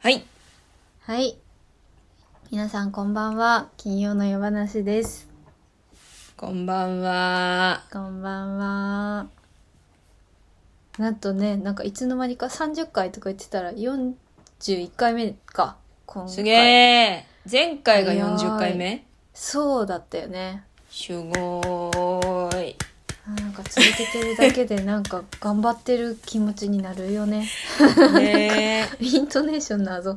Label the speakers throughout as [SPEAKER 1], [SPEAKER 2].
[SPEAKER 1] はい。
[SPEAKER 2] はい。皆さんこんばんは。金曜の夜話です。
[SPEAKER 1] こんばんは。
[SPEAKER 2] こんばんは。なんとね、なんかいつの間にか30回とか言ってたら41回目か。今回
[SPEAKER 1] すげえ。前回が
[SPEAKER 2] 早い
[SPEAKER 1] 40回目
[SPEAKER 2] そうだったよね。
[SPEAKER 1] すご ーい。
[SPEAKER 2] あなんか続けてるだけでなんか頑張ってる気持ちになるよね。
[SPEAKER 1] ね
[SPEAKER 2] イントネーション謎。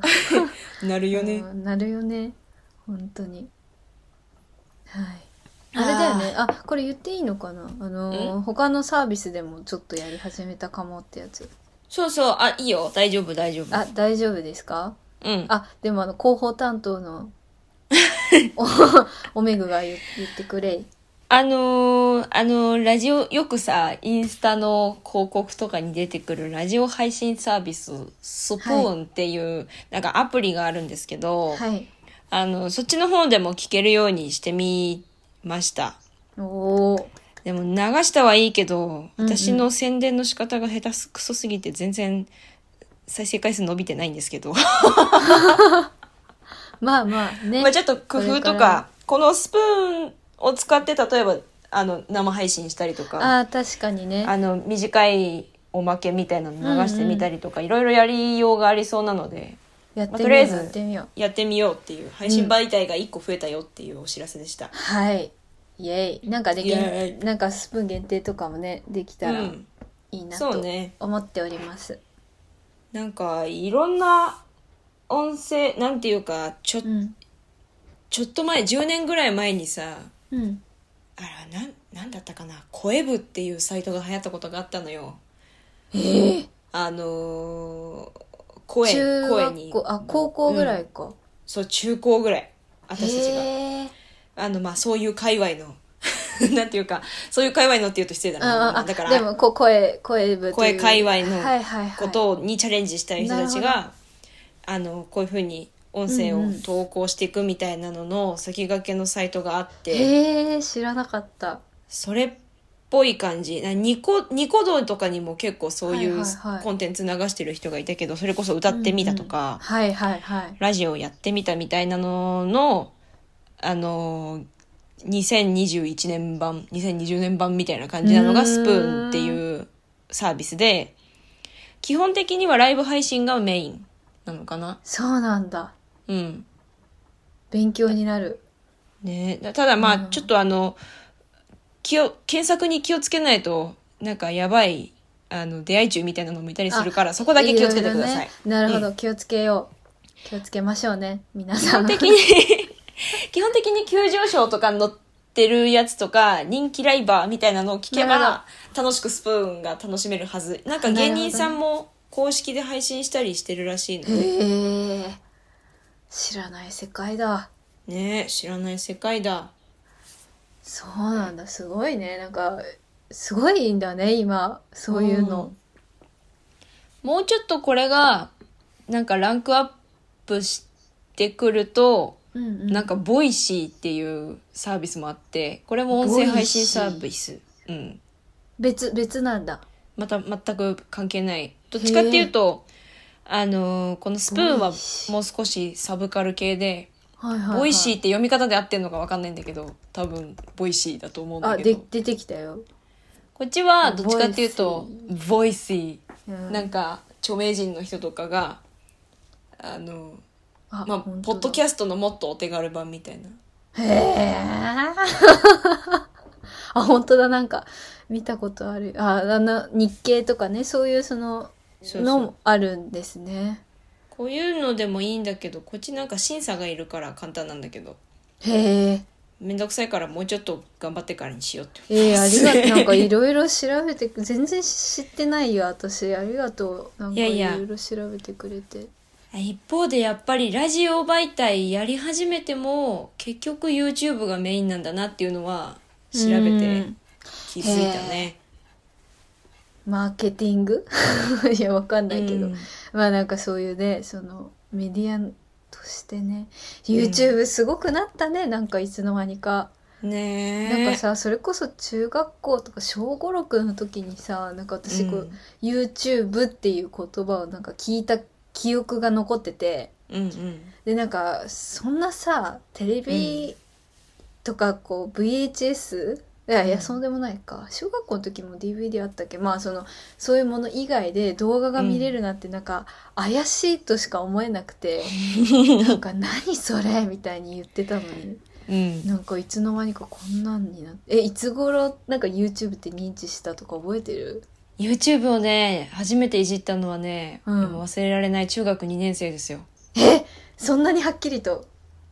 [SPEAKER 1] え。なるよね。
[SPEAKER 2] うんなるよね本当にはいあれだよねあこれ言っていいのかなあのー他のサービスでもちょっとやり始めたかもってやつ
[SPEAKER 1] そうそう。あ、いいよ。大丈夫、大丈夫。
[SPEAKER 2] あ大丈夫ですか
[SPEAKER 1] うん。
[SPEAKER 2] あでもあの広報担当 のおおめぐが言言ってくれ
[SPEAKER 1] あのー、あのー、ラジオ、よくさ、インスタの広告とかに出てくるラジオ配信サービス、スプーンっていう、なんかアプリがあるんですけど、
[SPEAKER 2] はい
[SPEAKER 1] あの、そっちの方でも聞けるようにしてみました。
[SPEAKER 2] おー
[SPEAKER 1] でも流したはいいけど、
[SPEAKER 2] うんうん
[SPEAKER 1] 私の宣伝の仕方が下手すくそすぎて全然再生回数伸びてないんですけど、
[SPEAKER 2] まあまあね
[SPEAKER 1] まあちょっと工夫
[SPEAKER 2] ことれ
[SPEAKER 1] か
[SPEAKER 2] から
[SPEAKER 1] このスプーンを使って例えばあの生配信したりとかあ
[SPEAKER 2] あー確かにね
[SPEAKER 1] の短いおまけみたいなの流してみたりとか、いろいろやりようがありそうなので
[SPEAKER 2] やって
[SPEAKER 1] まあと
[SPEAKER 2] み
[SPEAKER 1] りあ
[SPEAKER 2] よ
[SPEAKER 1] え
[SPEAKER 2] う
[SPEAKER 1] ず
[SPEAKER 2] やってみよう
[SPEAKER 1] やってみようっていう配信媒体が1個増えたよっていうお知らせでした。
[SPEAKER 2] はいイエイなんかでき
[SPEAKER 1] イエ
[SPEAKER 2] なんかスプーン限定とかもねできた
[SPEAKER 1] う
[SPEAKER 2] ら
[SPEAKER 1] ん
[SPEAKER 2] いいな
[SPEAKER 1] そう
[SPEAKER 2] と
[SPEAKER 1] ね
[SPEAKER 2] 思っております、
[SPEAKER 1] なんかいろんな音声なんていうかちょ
[SPEAKER 2] うん
[SPEAKER 1] ちょっと前10年ぐらい前にさ
[SPEAKER 2] うん
[SPEAKER 1] あらなんなんだったかな声部っていうサイトが流行ったことがあったのよ
[SPEAKER 2] え
[SPEAKER 1] あのー、声
[SPEAKER 2] 中
[SPEAKER 1] 声に
[SPEAKER 2] 学校あ高校ぐら
[SPEAKER 1] うん
[SPEAKER 2] いか、
[SPEAKER 1] そう中高ぐらい私たちが
[SPEAKER 2] へー
[SPEAKER 1] あのまあそういう界隈の なんていうかそういう界隈のっていうと失礼だ
[SPEAKER 2] あ
[SPEAKER 1] な、
[SPEAKER 2] ああ
[SPEAKER 1] だか
[SPEAKER 2] で
[SPEAKER 1] ら
[SPEAKER 2] もこ声声部という
[SPEAKER 1] 声界隈
[SPEAKER 2] はい
[SPEAKER 1] の
[SPEAKER 2] はいはい
[SPEAKER 1] ことにチャレンジしたい人たちが、
[SPEAKER 2] な
[SPEAKER 1] あのこういうふうに音声
[SPEAKER 2] うん
[SPEAKER 1] を
[SPEAKER 2] うん
[SPEAKER 1] 投稿していくみたいなのの先駆けのサイトがあって、
[SPEAKER 2] へえ知らなかった
[SPEAKER 1] それっぽい感じなニコニコ動とかにも結構そういう
[SPEAKER 2] はいはいはい
[SPEAKER 1] コンテンツ流してる人がいたけどそれこそ歌ってみたと
[SPEAKER 2] うんうん
[SPEAKER 1] か、
[SPEAKER 2] はいはいはい
[SPEAKER 1] ラジオやってみたみたいなののあの2021年版2020年版みたいな感じなの
[SPEAKER 2] うー
[SPEAKER 1] が
[SPEAKER 2] ん
[SPEAKER 1] スプーンっていうサービスで基本的にはライブ配信がメインなのかな
[SPEAKER 2] そうなんだ
[SPEAKER 1] うん
[SPEAKER 2] 勉強になる
[SPEAKER 1] ねだただまあ、
[SPEAKER 2] うん
[SPEAKER 1] ちょっとあの気を検索に気をつけないとなんかやばいあの出会い中みたいなのもいたりするからそこだけ気をつけてください。
[SPEAKER 2] ろろねなるほど、気をつけよう気をつけましょうね皆
[SPEAKER 1] 基
[SPEAKER 2] さん
[SPEAKER 1] 本的に 基本的に急上昇とかに載ってるやつとか人気ライバーみたいなのを聞け
[SPEAKER 2] なる
[SPEAKER 1] ば楽しくスプーンが楽しめるはずなんか芸人さんも公式で配信したりしてるらしいので
[SPEAKER 2] へえ知らない世界だ
[SPEAKER 1] ね知らない世界だ
[SPEAKER 2] そうなんだすごいねなんかすごいんだね今そういうの、
[SPEAKER 1] もうちょっとこれがなんかランクアップしてくると
[SPEAKER 2] うんうん
[SPEAKER 1] なんかボイシーっていうサービスもあってこれも音声配信サービス、うん、
[SPEAKER 2] 別別なんだ
[SPEAKER 1] また全く関係ないどっちかっていうとあのーこのスプーンは
[SPEAKER 2] ボイシー
[SPEAKER 1] もう少しサブカル系で
[SPEAKER 2] はいはい、はい、
[SPEAKER 1] ボイシーって読み方で合ってるのか分かんないんだけど多分ボイシーだと思うんだ
[SPEAKER 2] あ
[SPEAKER 1] け
[SPEAKER 2] で
[SPEAKER 1] ど
[SPEAKER 2] 出てきたよ、
[SPEAKER 1] こっちはどっちかっていうとボイシ
[SPEAKER 2] う
[SPEAKER 1] ー
[SPEAKER 2] ん
[SPEAKER 1] なんか著名人の人とかがあの
[SPEAKER 2] あ
[SPEAKER 1] まあポッドキ
[SPEAKER 2] ャ
[SPEAKER 1] ャストのもっとお手軽版みたいな
[SPEAKER 2] へえ あ本当だなんか見たことあるああの日経とかねそういうその
[SPEAKER 1] そうそう
[SPEAKER 2] のもあるんですね
[SPEAKER 1] こういうのでもいいんだけどこっちなんか審査がいるから簡単なんだけど
[SPEAKER 2] へえ
[SPEAKER 1] めんどくさいからもうちょっと頑張ってからにしようって
[SPEAKER 2] えー、ありがとう。なんかい
[SPEAKER 1] い
[SPEAKER 2] ろいろ調べて、全然知ってないよ、私。ありがとう。なんか
[SPEAKER 1] いや
[SPEAKER 2] い
[SPEAKER 1] いや
[SPEAKER 2] ろいろ調べてくれて。
[SPEAKER 1] 一方でやっぱりラジオ媒体やり始めても結局 YouTube がメインなんだなっていうのは調べ
[SPEAKER 2] う
[SPEAKER 1] て
[SPEAKER 2] ん
[SPEAKER 1] 気づいたね
[SPEAKER 2] マーケティング いや、わかんないけど。
[SPEAKER 1] うん
[SPEAKER 2] まあなんかそういうね、そのメディアとしてね、YouTube すごくなったね、なんかいつの間にか。
[SPEAKER 1] ねえ
[SPEAKER 2] なんかさ、それこそ中学校とか小5、6の時にさ、なんか私こう、
[SPEAKER 1] うん
[SPEAKER 2] YouTube っていう言葉をなんか聞いた記憶が残ってて
[SPEAKER 1] うんうん
[SPEAKER 2] でなんかそんなさテレビとかこう VHS、いやいやそうでもないか小学校の時も DVD あったっけまあそのそういうもの以外で動画が見れるなんてなんか怪しいとしか思えなく て、なんか何それみたいに言ってたのに
[SPEAKER 1] うん
[SPEAKER 2] なんかいつの間にかこんなんになってえいつ頃なんか YouTube って認知したとか覚えてる
[SPEAKER 1] YouTube をね初めていじったのはね、
[SPEAKER 2] うん
[SPEAKER 1] でも忘れられない中学2年生ですよ
[SPEAKER 2] そんなにはっきりと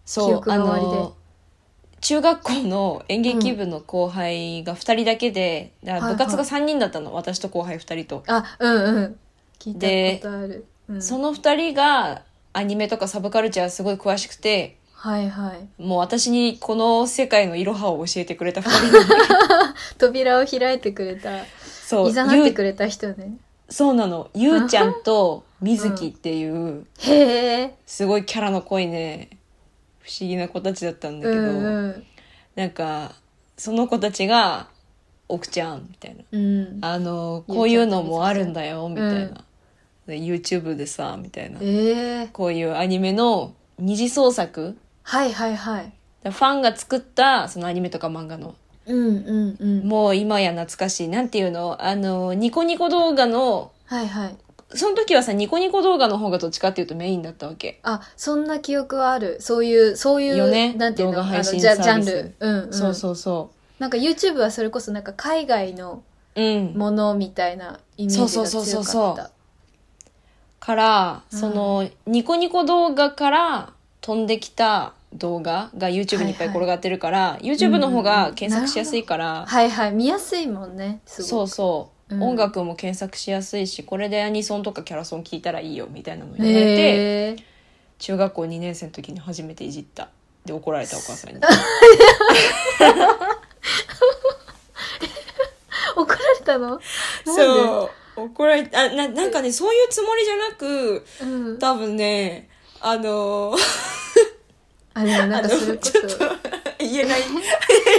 [SPEAKER 1] そう
[SPEAKER 2] 記憶が終わりで
[SPEAKER 1] あの中学校の演劇部の後輩が2人だけで、だから部活が3人だったの、私と後輩2人と、
[SPEAKER 2] あうんうん聞い
[SPEAKER 1] で
[SPEAKER 2] たことある、うん、
[SPEAKER 1] その2人がアニメとかサブカルチャーすごい詳しくて
[SPEAKER 2] はいはい
[SPEAKER 1] もう私にこの世界のいろはを教えてくれた2人 で
[SPEAKER 2] 扉を開いてくれた
[SPEAKER 1] そう
[SPEAKER 2] いざなってく
[SPEAKER 1] ゆう
[SPEAKER 2] れた人ね
[SPEAKER 1] そうなのゆうちゃんとみずきっていう、
[SPEAKER 2] へえ
[SPEAKER 1] すごいキャラの濃いね不思議な子たちだったんだ
[SPEAKER 2] う
[SPEAKER 1] けど、
[SPEAKER 2] んうん
[SPEAKER 1] なんかその子たちが「奥ちゃん」みたいな
[SPEAKER 2] うん
[SPEAKER 1] あの、
[SPEAKER 2] YouTube
[SPEAKER 1] こういうのもあるんだよ、みたいな
[SPEAKER 2] うん。
[SPEAKER 1] で YouTube でさ、みたいな。
[SPEAKER 2] ええ
[SPEAKER 1] こういうアニメの二次創作。
[SPEAKER 2] はいはいはい
[SPEAKER 1] ファンが作った、そのアニメとか漫画の。
[SPEAKER 2] うんうんうん
[SPEAKER 1] もう今や懐かしい。なんていうのあの、ニコニコ動画の、
[SPEAKER 2] はいはい
[SPEAKER 1] その時はさ、ニコニコ動画の方がどっちかっていうとメインだったわけ。
[SPEAKER 2] あそんな記憶はあるそういうそういう
[SPEAKER 1] よね
[SPEAKER 2] なんていうの
[SPEAKER 1] 動画配信
[SPEAKER 2] あのジャ
[SPEAKER 1] サービス
[SPEAKER 2] ジャンル、うんうん、
[SPEAKER 1] そうそうそ
[SPEAKER 2] なんか YouTube はそれこそなんか海外の
[SPEAKER 1] う。うん。
[SPEAKER 2] ものみたいなイメージが強かった。
[SPEAKER 1] そうそうそうそうそうから、その、ニコニコ動画から飛んできた動画が YouTube にいっぱい転がってるから、YouTube の方が検索しやすいから、
[SPEAKER 2] はいはい、見やすいもんね。す
[SPEAKER 1] そ
[SPEAKER 2] ご
[SPEAKER 1] う
[SPEAKER 2] い。
[SPEAKER 1] そう、
[SPEAKER 2] うん
[SPEAKER 1] 音楽も検索しやすいしこれでアニソンとかキャラソン聴いたらいいよみたいなのを言われて
[SPEAKER 2] へえ。
[SPEAKER 1] 中学校2年生の時に初めていじったで怒られたお母さんに
[SPEAKER 2] 怒られたの？なんで
[SPEAKER 1] そう怒られあななんかねそういうつもりじゃなく
[SPEAKER 2] うん。
[SPEAKER 1] 多分ねあの
[SPEAKER 2] あでもなん
[SPEAKER 1] あの
[SPEAKER 2] かそれこ
[SPEAKER 1] ちょっ
[SPEAKER 2] そ。
[SPEAKER 1] 言えない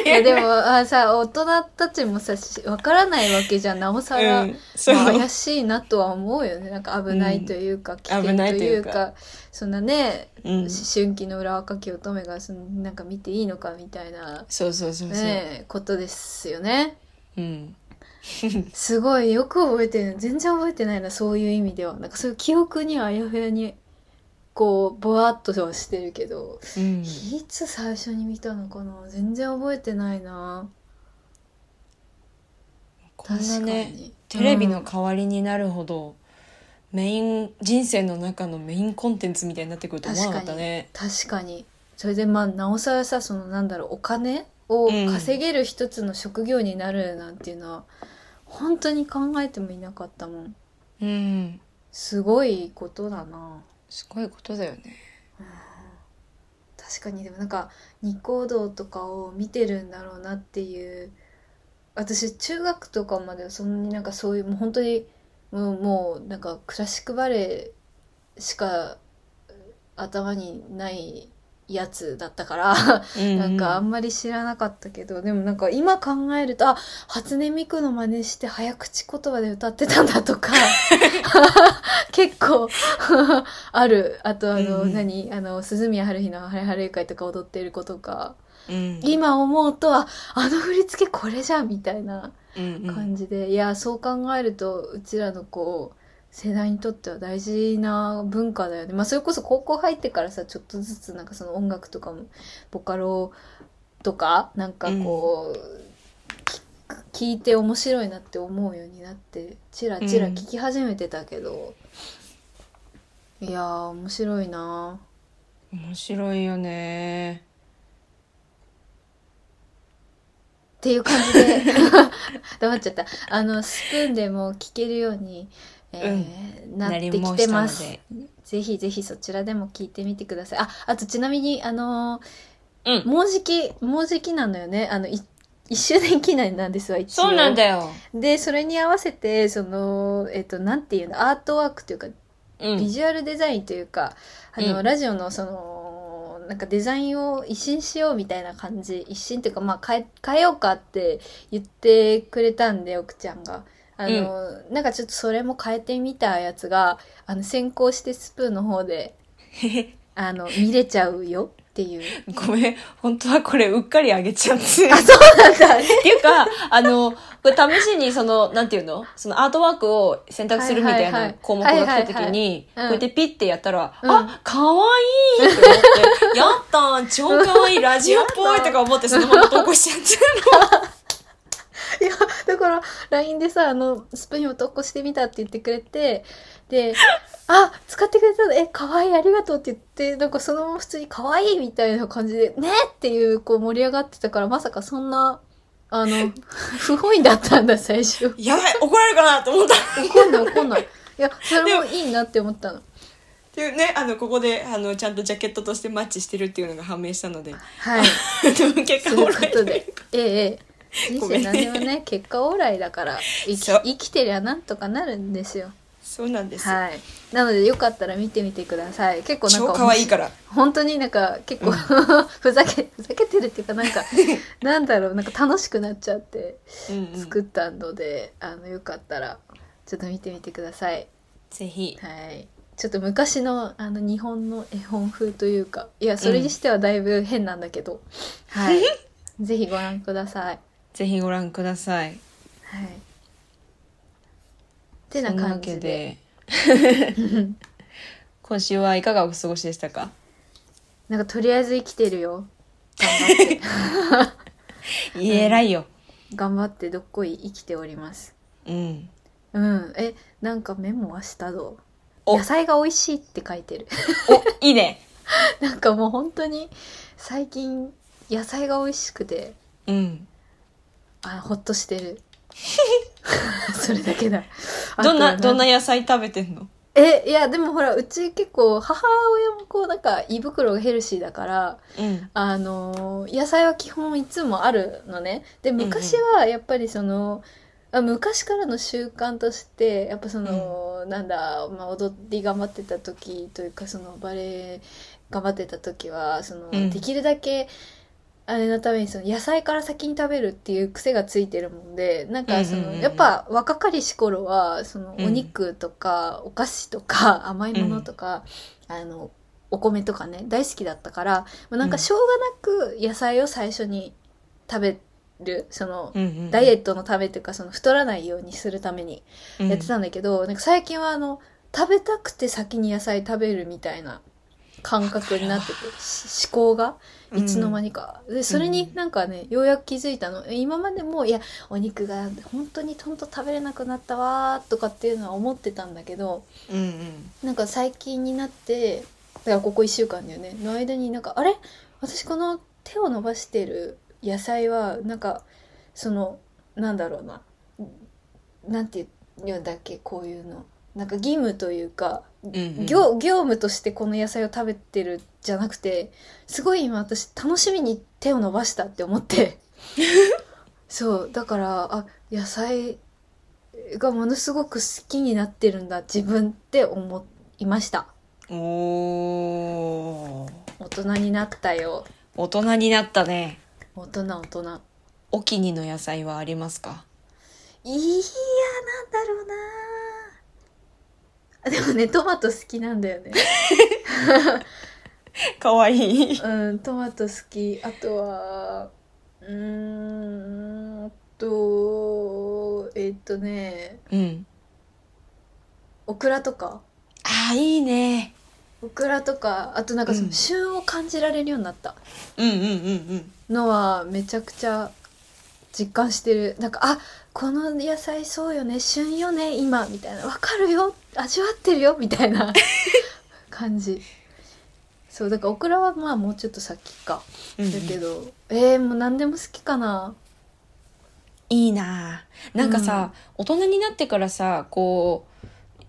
[SPEAKER 2] いやで もあさ大人たちもさしわからないわけじゃんなおさら、
[SPEAKER 1] うんそう
[SPEAKER 2] まあ怪しいなとは思うよねなんか危ないというか、危険
[SPEAKER 1] 危
[SPEAKER 2] と
[SPEAKER 1] ないと
[SPEAKER 2] い
[SPEAKER 1] いうう
[SPEAKER 2] か
[SPEAKER 1] か
[SPEAKER 2] そんなね、
[SPEAKER 1] うん
[SPEAKER 2] 思春期の裏若き乙女がそのなんか見ていいのかみたいな、
[SPEAKER 1] そうそうそうそう、
[SPEAKER 2] ね、ことですよね。
[SPEAKER 1] うん
[SPEAKER 2] すごいよく覚えてる全然覚えてないなそういう意味ではなんかそういう記憶にはあやふやにこうぼわっとはしてるけど、
[SPEAKER 1] うん
[SPEAKER 2] いつ最初に見たのかな全然覚えてないな
[SPEAKER 1] こん
[SPEAKER 2] 確
[SPEAKER 1] な
[SPEAKER 2] かに、
[SPEAKER 1] ねテレビ
[SPEAKER 2] う
[SPEAKER 1] の
[SPEAKER 2] ん
[SPEAKER 1] 代わりになるほど、メイン人生の中のメインコンテンツみたいになってくると思わなかったね
[SPEAKER 2] 確かにそれでまあなおさらさそのなんだろうお金を
[SPEAKER 1] うん
[SPEAKER 2] 稼げる一つの職業になるなんていうのは、本当に考えてもいなかったもん
[SPEAKER 1] うん
[SPEAKER 2] すごいことだな
[SPEAKER 1] すごいことだよね
[SPEAKER 2] 確かにでもなんか日光道とかを見てるんだろうなっていう私中学とかまではそんなになんかそういうもう本当にもうもうなんかクラシックバレエしか頭にないやつだったから、なんかあんまり知らなかったけどでもなんか今考えるとあ初音ミクの真似して早口言葉で歌ってたんだと か結構あるあとあの、
[SPEAKER 1] うんうん
[SPEAKER 2] 何あの鈴宮春日の「ハレハレ会」とか踊ってる子とか
[SPEAKER 1] うん
[SPEAKER 2] 今思うとああの振り付けこれじゃんみたいな
[SPEAKER 1] うん
[SPEAKER 2] 感じで、いやそう考えるとうちらのこう世代にとっては大事な文化だよね、まあ、それこそ高校入ってからさちょっとずつなんかその音楽とかもボカロとかなんかこう、き聞いて面白いなって思うようになってチラチラ聞き始めてたけど、いやー面白いな
[SPEAKER 1] 面白いよね
[SPEAKER 2] っていう感じで 黙っちゃったあのスプーンでも聞けるように、えーなってきてます。
[SPEAKER 1] なり申
[SPEAKER 2] ぜひぜひそちらでも聞いてみてください。あ、あとちなみに、あの
[SPEAKER 1] したの
[SPEAKER 2] ー
[SPEAKER 1] でうん
[SPEAKER 2] もうじき、もうじきなのよね。あの、い一周年記念なんですわ、一応。
[SPEAKER 1] そうなんだよ、
[SPEAKER 2] で、それに合わせて、その、えっと、なんていうの、アートワークというか、
[SPEAKER 1] うん、
[SPEAKER 2] ビジュアルデザインというか、あの、
[SPEAKER 1] うん
[SPEAKER 2] ラジオのその、なんかデザインを一新しようみたいな感じ、一新というか、まあ変え、変えようかって言ってくれたんで、奥ちゃんが。あの、なんかちょっとそれも変えてみたやつが、あの、先行してスプーンの方で、あの、見れちゃうよって いう。
[SPEAKER 1] ごめん。本当はこれ、うっかりあげちゃって。
[SPEAKER 2] あ、そうなん
[SPEAKER 1] っ
[SPEAKER 2] だ。
[SPEAKER 1] ていうか、あの、これ試しに、その、なんていうのそのアートワークを選択するみたい
[SPEAKER 2] はいはいは
[SPEAKER 1] ない項目が来た時に、こう
[SPEAKER 2] はいはいはいうん
[SPEAKER 1] やってピッてやったら、
[SPEAKER 2] うん
[SPEAKER 1] あ、かわいいって思って、やったん、超か わいい、ラジオっぽいとか思って、そのまま投稿しちゃ った
[SPEAKER 2] いや、だから、LINE でさ、あの、スプーンを投稿してみたって言ってくれて、で、あ、使ってくれたの、え、可愛いありがとうって言って、なんかそのまま普通に可愛いみたいな感じで、ねっていう、こう盛り上がってたから、まさかそんな、あ の、不本意だったんだ、最初。
[SPEAKER 1] の。やばい、怒られるかなと思った。っ
[SPEAKER 2] 怒んない怒んない。いや、それもいいなって思ったの。
[SPEAKER 1] ていうね、あの、ここで、あの、ちゃんとジャケットとしてマッチしてるっていうのが判明したので、
[SPEAKER 2] はい。
[SPEAKER 1] 結
[SPEAKER 2] とい
[SPEAKER 1] 果
[SPEAKER 2] う
[SPEAKER 1] オー
[SPEAKER 2] こ
[SPEAKER 1] ライ
[SPEAKER 2] とで、ええ、ええ。人
[SPEAKER 1] ご
[SPEAKER 2] 生
[SPEAKER 1] めんね
[SPEAKER 2] 何でもね、結果オーライだから、生き
[SPEAKER 1] そう
[SPEAKER 2] 生きてりゃなんとかなるんですよ。
[SPEAKER 1] そうなんです。
[SPEAKER 2] はい。なのでよかったら見てみてください。結構なん
[SPEAKER 1] 超
[SPEAKER 2] か
[SPEAKER 1] かわいいから。
[SPEAKER 2] 本当になんか結構、
[SPEAKER 1] うん
[SPEAKER 2] ふざけふざけてるっていうかなん かなんだろうなんか楽しくなっちゃって
[SPEAKER 1] うんうん
[SPEAKER 2] 作ったので、あのよかったらちょっと見てみてください。
[SPEAKER 1] ぜひ。
[SPEAKER 2] はい。ちょっと昔のあの日本の絵本風というかいやそれにしてはだいぶ変なんだけど、はい ぜひご覧ください。
[SPEAKER 1] ぜひご覧ください。
[SPEAKER 2] はい。てな
[SPEAKER 1] そんなわ
[SPEAKER 2] 感
[SPEAKER 1] け
[SPEAKER 2] じ
[SPEAKER 1] で
[SPEAKER 2] で。
[SPEAKER 1] 今週はいかがお過ごしでしたか
[SPEAKER 2] なんかとりあえず生きてるよ。頑張って。
[SPEAKER 1] いえらいよ、
[SPEAKER 2] 頑張ってどっこい生きております。
[SPEAKER 1] うん、
[SPEAKER 2] うん。え、なんかメモはしたぞ。
[SPEAKER 1] お
[SPEAKER 2] 野菜が美味しいって書いてる。
[SPEAKER 1] おいいね
[SPEAKER 2] なんかもう本当に最近野菜が美味しくて、
[SPEAKER 1] うん
[SPEAKER 2] あ、ほっとしてる。 それだけだ。あと
[SPEAKER 1] どんな
[SPEAKER 2] か
[SPEAKER 1] どんな野菜食べてんの
[SPEAKER 2] え、いや、でもほら、うち結構母親もこうなんか胃袋がヘルシーだから、
[SPEAKER 1] うん
[SPEAKER 2] あのー野菜は基本いつもあるのね。で、
[SPEAKER 1] んうん
[SPEAKER 2] 昔はやっぱりその、あ昔からの習慣として、やっぱその、なんだ、まあ、踊り頑張ってた時というか、そのバレエ頑張ってた時は、その、
[SPEAKER 1] うん
[SPEAKER 2] できるだけ、あれのためにその野菜から先に食べるっていう癖がついてるもんで、なんかその、
[SPEAKER 1] うんうんうんうん
[SPEAKER 2] やっぱ若かりし頃は、そのお
[SPEAKER 1] うん
[SPEAKER 2] 肉とかお菓子とか甘いものとか、あの、お米とかね、大好きだったから、まあ、なんかしょうがなく野菜を最初に食べる、その
[SPEAKER 1] うんうん
[SPEAKER 2] ダイエットのためというかその太らないようにするためにやっ
[SPEAKER 1] う
[SPEAKER 2] て
[SPEAKER 1] ん
[SPEAKER 2] たんだけど、なんか最近はあの食べたくて先に野菜食べるみたいな感覚になっててし思考がいつの間にか、でそれになんかねようやく気づいたの今までもいやお肉が本当にとんと食べれなくなったわーとかっていうのは思ってたんだけど、
[SPEAKER 1] うんうん
[SPEAKER 2] なんか最近になってだからここ1週間だよねの間になんかあれ私この手を伸ばしてる野菜はなんかそのなんだろうななんていうんだっけこういうのなんか義務というか、
[SPEAKER 1] んうん
[SPEAKER 2] 業業務としてこの野菜を食べてるじゃなくてすごい今私楽しみに手を伸ばしたって思って そうだからあ野菜がものすごく好きになってるんだ自分って思いました
[SPEAKER 1] おー
[SPEAKER 2] 大人になったよ
[SPEAKER 1] 大人になったね
[SPEAKER 2] 大人大人
[SPEAKER 1] お気に入りの野菜はありますか
[SPEAKER 2] いやなんだろうなあでもねトマト好きなんだよね
[SPEAKER 1] かわいい
[SPEAKER 2] うんトマト好きあとはうーんとえっとね
[SPEAKER 1] うん
[SPEAKER 2] オクラとか
[SPEAKER 1] あーいいね
[SPEAKER 2] オクラとかあとなんかその
[SPEAKER 1] うん
[SPEAKER 2] 旬を感じられるようになった、
[SPEAKER 1] うんうんうん
[SPEAKER 2] のはめちゃくちゃ実感してるなんかあこの野菜そうよね旬よね今みたいなわかるよ味わってるよみたいな感じそうだからオクラはまあもうちょっと先か
[SPEAKER 1] うんうん
[SPEAKER 2] だけど、えー、もう何でも好きかない
[SPEAKER 1] いなあなんかさ、大人になってからさこうっ